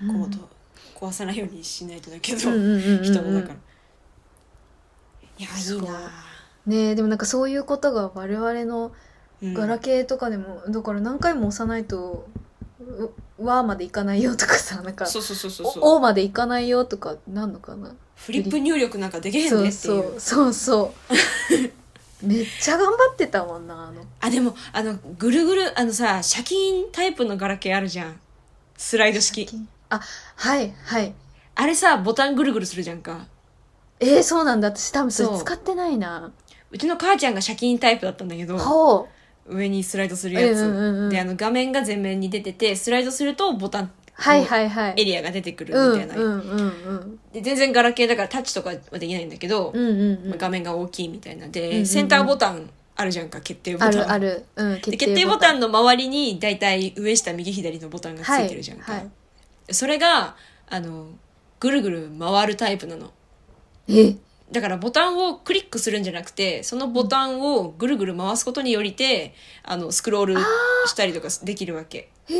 [SPEAKER 1] レコード、壊さないようにしないとだけど、人
[SPEAKER 2] 人
[SPEAKER 1] のだから、いやい
[SPEAKER 2] す
[SPEAKER 1] い
[SPEAKER 2] ごい
[SPEAKER 1] な
[SPEAKER 2] ねえでもなんかそういうことが我々の
[SPEAKER 1] うん
[SPEAKER 2] ガラケーとかでも、だから何回も押さないと「うわ」までいかないよとかさなんか
[SPEAKER 1] そうそうそうそう
[SPEAKER 2] 「
[SPEAKER 1] そう
[SPEAKER 2] お」おまでいかないよとかなんのかな
[SPEAKER 1] フリップ入力なんかできへん
[SPEAKER 2] そ
[SPEAKER 1] ねって
[SPEAKER 2] う
[SPEAKER 1] い
[SPEAKER 2] そううそうそう めっちゃ頑張ってたもんなあの
[SPEAKER 1] あでもあのぐるぐるあのさシャキーンタイプのガラケーあるじゃんスライド式
[SPEAKER 2] あはいはい
[SPEAKER 1] あれさボタンぐるぐるするじゃんか
[SPEAKER 2] えー、そうなんだ私多分そ
[SPEAKER 1] そ
[SPEAKER 2] れ
[SPEAKER 1] う
[SPEAKER 2] 使ってないな
[SPEAKER 1] うちの母ちゃんがシャキーンタイプだったんだけど
[SPEAKER 2] ほ
[SPEAKER 1] 上にスライドするやつ、
[SPEAKER 2] うんうんうん
[SPEAKER 1] であの画面が前面に出ててスライドするとボタン
[SPEAKER 2] うはいはいは
[SPEAKER 1] エ
[SPEAKER 2] い
[SPEAKER 1] リアが出てくる
[SPEAKER 2] うんう
[SPEAKER 1] み
[SPEAKER 2] ん
[SPEAKER 1] たいな、
[SPEAKER 2] うんうん
[SPEAKER 1] で全然ガラケーだからタッチとかはできないんだけど、
[SPEAKER 2] うんうんうん
[SPEAKER 1] 画面が大きいみたいなで、
[SPEAKER 2] んうんうん
[SPEAKER 1] センターボタンあるじゃんか決定ボタン
[SPEAKER 2] あるある、うん、
[SPEAKER 1] で決定ボタンの周りに大体上下右左のボタンがついてるじゃんか、
[SPEAKER 2] はいは
[SPEAKER 1] それがあのぐるぐる回るタイプなの
[SPEAKER 2] え
[SPEAKER 1] だからボタンをクリックするんじゃなくてそのボタンをぐるぐる回すことによりてあのスクロールしたりとかできるわけ、
[SPEAKER 2] へ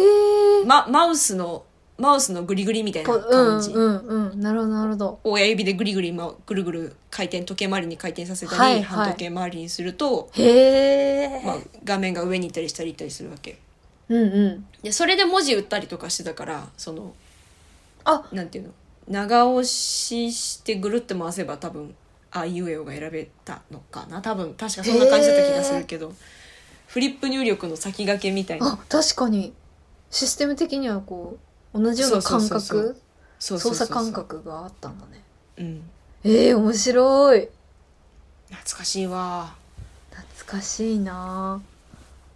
[SPEAKER 2] え
[SPEAKER 1] ま、マウスのマウスのグリグリみたい
[SPEAKER 2] こ
[SPEAKER 1] な
[SPEAKER 2] ううん
[SPEAKER 1] 感じ、
[SPEAKER 2] うんうんなるほどなるほど
[SPEAKER 1] 親指でぐりぐり、ま、ぐるぐる回転時計回りに回転させたり、
[SPEAKER 2] はいはい
[SPEAKER 1] 半時計回りにすると、
[SPEAKER 2] へえ、
[SPEAKER 1] まあ、画面が上に行ったり下に行ったりするわけ
[SPEAKER 2] うんうん
[SPEAKER 1] でそれで文字打ったりとかしてたからその
[SPEAKER 2] あ
[SPEAKER 1] なんていうの長押ししてぐるって回せば多分あいうえおが選べたのかな多分確かそんな感じだった気がするけど、フリップ入力の先駆けみたいな
[SPEAKER 2] あ確かにシステム的にはこう同じような
[SPEAKER 1] そう
[SPEAKER 2] 感
[SPEAKER 1] そうそうそう
[SPEAKER 2] 覚
[SPEAKER 1] そうそう
[SPEAKER 2] 操
[SPEAKER 1] そう
[SPEAKER 2] 作
[SPEAKER 1] そう
[SPEAKER 2] 感覚があったんだね
[SPEAKER 1] うん
[SPEAKER 2] えー、面白い
[SPEAKER 1] 懐かしいわ
[SPEAKER 2] 懐かしいな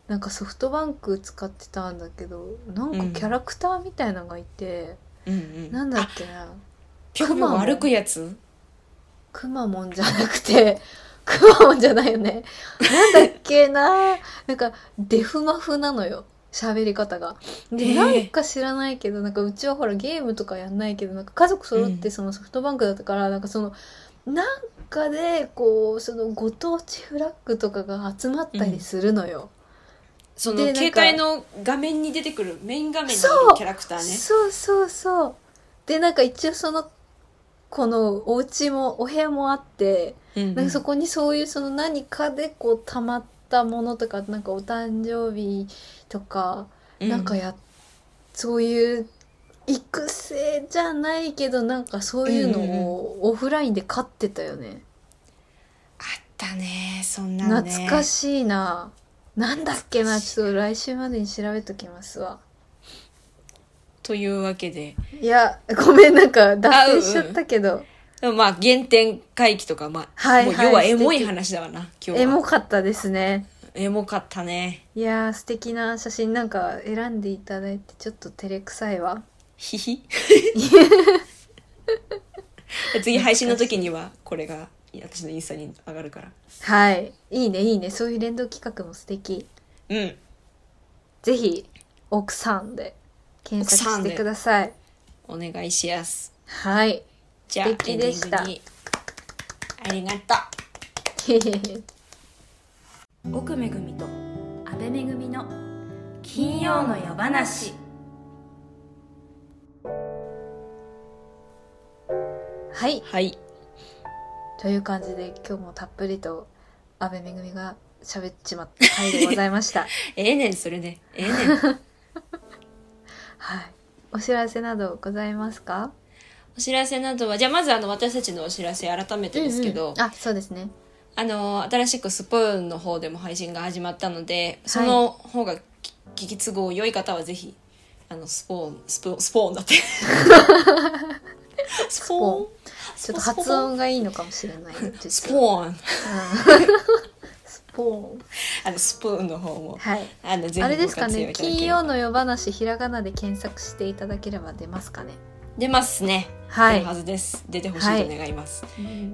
[SPEAKER 2] なんかソフトバンク使ってたんだけどなん
[SPEAKER 1] うん
[SPEAKER 2] かキャラクターみたいなのがいて、
[SPEAKER 1] うんうん
[SPEAKER 2] なんだっけな
[SPEAKER 1] ぴょこぴょこ歩くやつ
[SPEAKER 2] くまモンじゃなくて くまモンじゃないよねなんだっけななんかデフマフなのよ喋り方が
[SPEAKER 1] へ
[SPEAKER 2] で
[SPEAKER 1] え
[SPEAKER 2] なんか知らないけどなんかうちはほらゲームとかやんないけどなんか家族揃っ
[SPEAKER 1] う
[SPEAKER 2] て
[SPEAKER 1] ん
[SPEAKER 2] そのソフトバンクだったから、なんかそのなんかでこうそのご当地フラッグとかが集まったりするのよ、
[SPEAKER 1] その
[SPEAKER 2] でなんか
[SPEAKER 1] 携帯の画面に出てくるメイン画面にいる
[SPEAKER 2] そう
[SPEAKER 1] キャラクターね
[SPEAKER 2] そうそうそうでなんか一応そのこのお家もお部屋もあって
[SPEAKER 1] うんうん
[SPEAKER 2] なんかそこにそういうその何かでこう溜まったものとかなんかお誕生日とか
[SPEAKER 1] う
[SPEAKER 2] なんかや、そういう育成じゃないけどなんかそういうの
[SPEAKER 1] うんうん
[SPEAKER 2] をオフラインで買ってたよね、
[SPEAKER 1] あったねそんなのね
[SPEAKER 2] 懐かしいななんだっけなちょっと来週までに調べときますわ
[SPEAKER 1] というわけで
[SPEAKER 2] いやごめんなんか脱線しちゃったけど、
[SPEAKER 1] でもまあ原点回帰とかまあ、
[SPEAKER 2] はいはい
[SPEAKER 1] もう要はエモい
[SPEAKER 2] 素敵
[SPEAKER 1] 話だわな今日
[SPEAKER 2] エ
[SPEAKER 1] は
[SPEAKER 2] モかったですね
[SPEAKER 1] エモかったね
[SPEAKER 2] いやー素敵な写真なんか選んでいただいてちょっと照れくさいわ
[SPEAKER 1] ひ ひ次配信の時にはこれが私のインスタに上がるから
[SPEAKER 2] はい。いいね、いいね。そういう連動企画も素敵。
[SPEAKER 1] うん
[SPEAKER 2] ぜひ、奥さんで検索してください。
[SPEAKER 1] お願いしやす
[SPEAKER 2] はい。
[SPEAKER 1] じゃあ
[SPEAKER 2] 素敵でした
[SPEAKER 1] エンディングにありがとう
[SPEAKER 3] 奥めぐみと阿部めぐみの金曜の夜話
[SPEAKER 2] はい。
[SPEAKER 1] はい
[SPEAKER 2] という感じで、今日もたっぷりと、阿部めぐみが喋っちまった 回でございました。
[SPEAKER 1] ええねんそれでええねん
[SPEAKER 2] はい。お知らせなどございますか
[SPEAKER 1] お知らせなどはじゃあまずあの私たちのお知らせ改めてですけど、
[SPEAKER 2] うんうんあそうですね
[SPEAKER 1] あの新しくスプーンの方でも配信が始まったのでその方が聞き都合良い方はぜひあのスポーンスプーンスポーン だってスポーン
[SPEAKER 2] ちょっと発音がいいのかもしれない
[SPEAKER 1] ス
[SPEAKER 2] ーン
[SPEAKER 1] ポーン
[SPEAKER 2] スポーン
[SPEAKER 1] あの スプーンの方も
[SPEAKER 2] はい
[SPEAKER 1] あのぜ
[SPEAKER 2] あれ
[SPEAKER 1] ひ
[SPEAKER 2] で
[SPEAKER 1] ご
[SPEAKER 2] すか
[SPEAKER 1] 活用
[SPEAKER 2] ね
[SPEAKER 1] いただけ
[SPEAKER 2] 金
[SPEAKER 1] れば
[SPEAKER 2] 曜の夜話ひらがなで検索していただければ出ますかね
[SPEAKER 1] 出ますね、
[SPEAKER 2] は
[SPEAKER 1] 出
[SPEAKER 2] い
[SPEAKER 1] るはずです出てほしいと願います、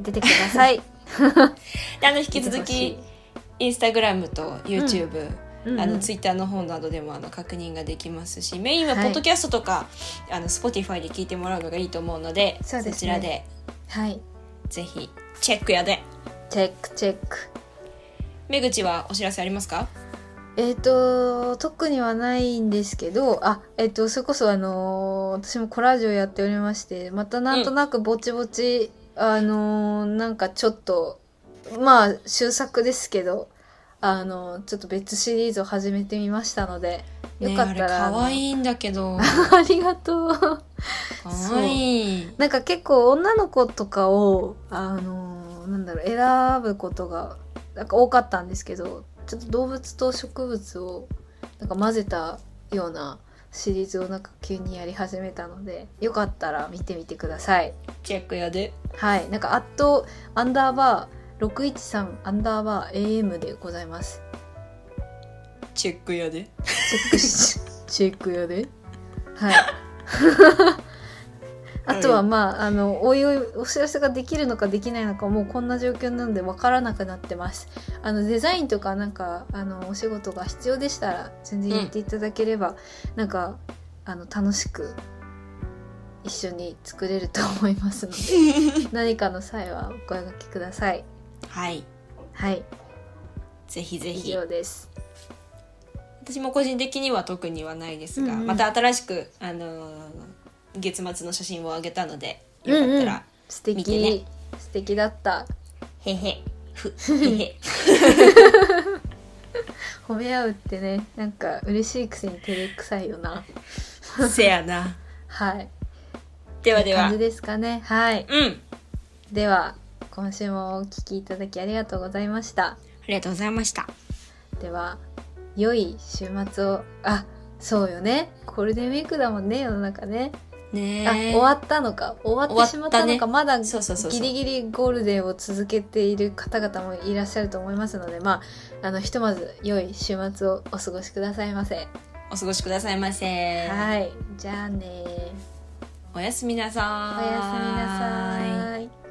[SPEAKER 2] 出てくだ さい
[SPEAKER 1] であの引き続
[SPEAKER 2] 出
[SPEAKER 1] き
[SPEAKER 2] てほし
[SPEAKER 1] インスタグラムと YouTube、
[SPEAKER 2] うん
[SPEAKER 1] あ
[SPEAKER 2] う
[SPEAKER 1] の
[SPEAKER 2] ん
[SPEAKER 1] ツイッターの方などでもあの確認ができますしメインは
[SPEAKER 2] はい
[SPEAKER 1] ポッドキャストとか、あの Spotify で聞いてもらうのがいいと思うので
[SPEAKER 2] そうですね
[SPEAKER 1] ちらで
[SPEAKER 2] はい
[SPEAKER 1] ぜひチェックやで
[SPEAKER 2] チェックチェック
[SPEAKER 1] 目口はお知らせありますか
[SPEAKER 2] えっ、と特にはないんですけどあえっ、とそれこそあのー私もコラージュをやっておりましてまたなんとなくぼちぼち、あのーなんかちょっとまあ終作ですけどあのーちょっと別シリーズを始めてみましたのでよかったら、
[SPEAKER 1] ねえあれ可愛いんだけど
[SPEAKER 2] あのありがとう
[SPEAKER 1] 可愛い
[SPEAKER 2] なんか結構女の子とかをあのーなんだろう選ぶことがなんか多かったんですけどちょっと動物と植物をなんか混ぜたようなシリーズをなんか急にやり始めたのでよかったら見てみてください
[SPEAKER 1] チェックやで
[SPEAKER 2] はいなんかアットアンダーバー613アンダーバー AM でございます
[SPEAKER 1] チェックやで
[SPEAKER 2] チェックしチェックやではいあとはまああのおいおいお知らせができるのかできないのかもうこんな状況なんで分からなくなってますあのデザインとかなんかあのお仕事が必要でしたら全然言っていただければ、なんかあの楽しく一緒に作れると思いますので 何かの際はお声掛けください
[SPEAKER 1] はい
[SPEAKER 2] はい
[SPEAKER 1] ぜひぜ
[SPEAKER 2] 以
[SPEAKER 1] ひ
[SPEAKER 2] 上です
[SPEAKER 1] 私も個人的には特にはないですが、
[SPEAKER 2] うんうん
[SPEAKER 1] また新しく、あのー月末の写真をあげたのでよかったら、
[SPEAKER 2] 素
[SPEAKER 1] 見
[SPEAKER 2] 敵、
[SPEAKER 1] てね
[SPEAKER 2] 素敵だった
[SPEAKER 1] へへふへ へ
[SPEAKER 2] 褒め合うってねなんか嬉しいくせに照れくさいよな
[SPEAKER 1] せやな
[SPEAKER 2] はい
[SPEAKER 1] では
[SPEAKER 2] って
[SPEAKER 1] で
[SPEAKER 2] 感
[SPEAKER 1] は
[SPEAKER 2] じですかねはい
[SPEAKER 1] うん
[SPEAKER 2] では今週もお聞きいただきありがとうございました
[SPEAKER 1] ありがとうございました
[SPEAKER 2] では良い週末をあそうよねゴールデンウィークだもんね世の中ね、
[SPEAKER 1] ねえ
[SPEAKER 2] あ終わったのか終わってしまったの
[SPEAKER 1] 終わった
[SPEAKER 2] か
[SPEAKER 1] ね
[SPEAKER 2] まだ
[SPEAKER 1] そうそうそうそ
[SPEAKER 2] ギ
[SPEAKER 1] う
[SPEAKER 2] リギリゴールデンを続けている方々もいらっしゃると思いますのでまああのひとまず良い週末をお過ごしくださいませ、
[SPEAKER 1] お過ごしくださいませ
[SPEAKER 2] はいじゃあね
[SPEAKER 1] おやすみなさ
[SPEAKER 2] お
[SPEAKER 1] ーい
[SPEAKER 2] やすみなさーい。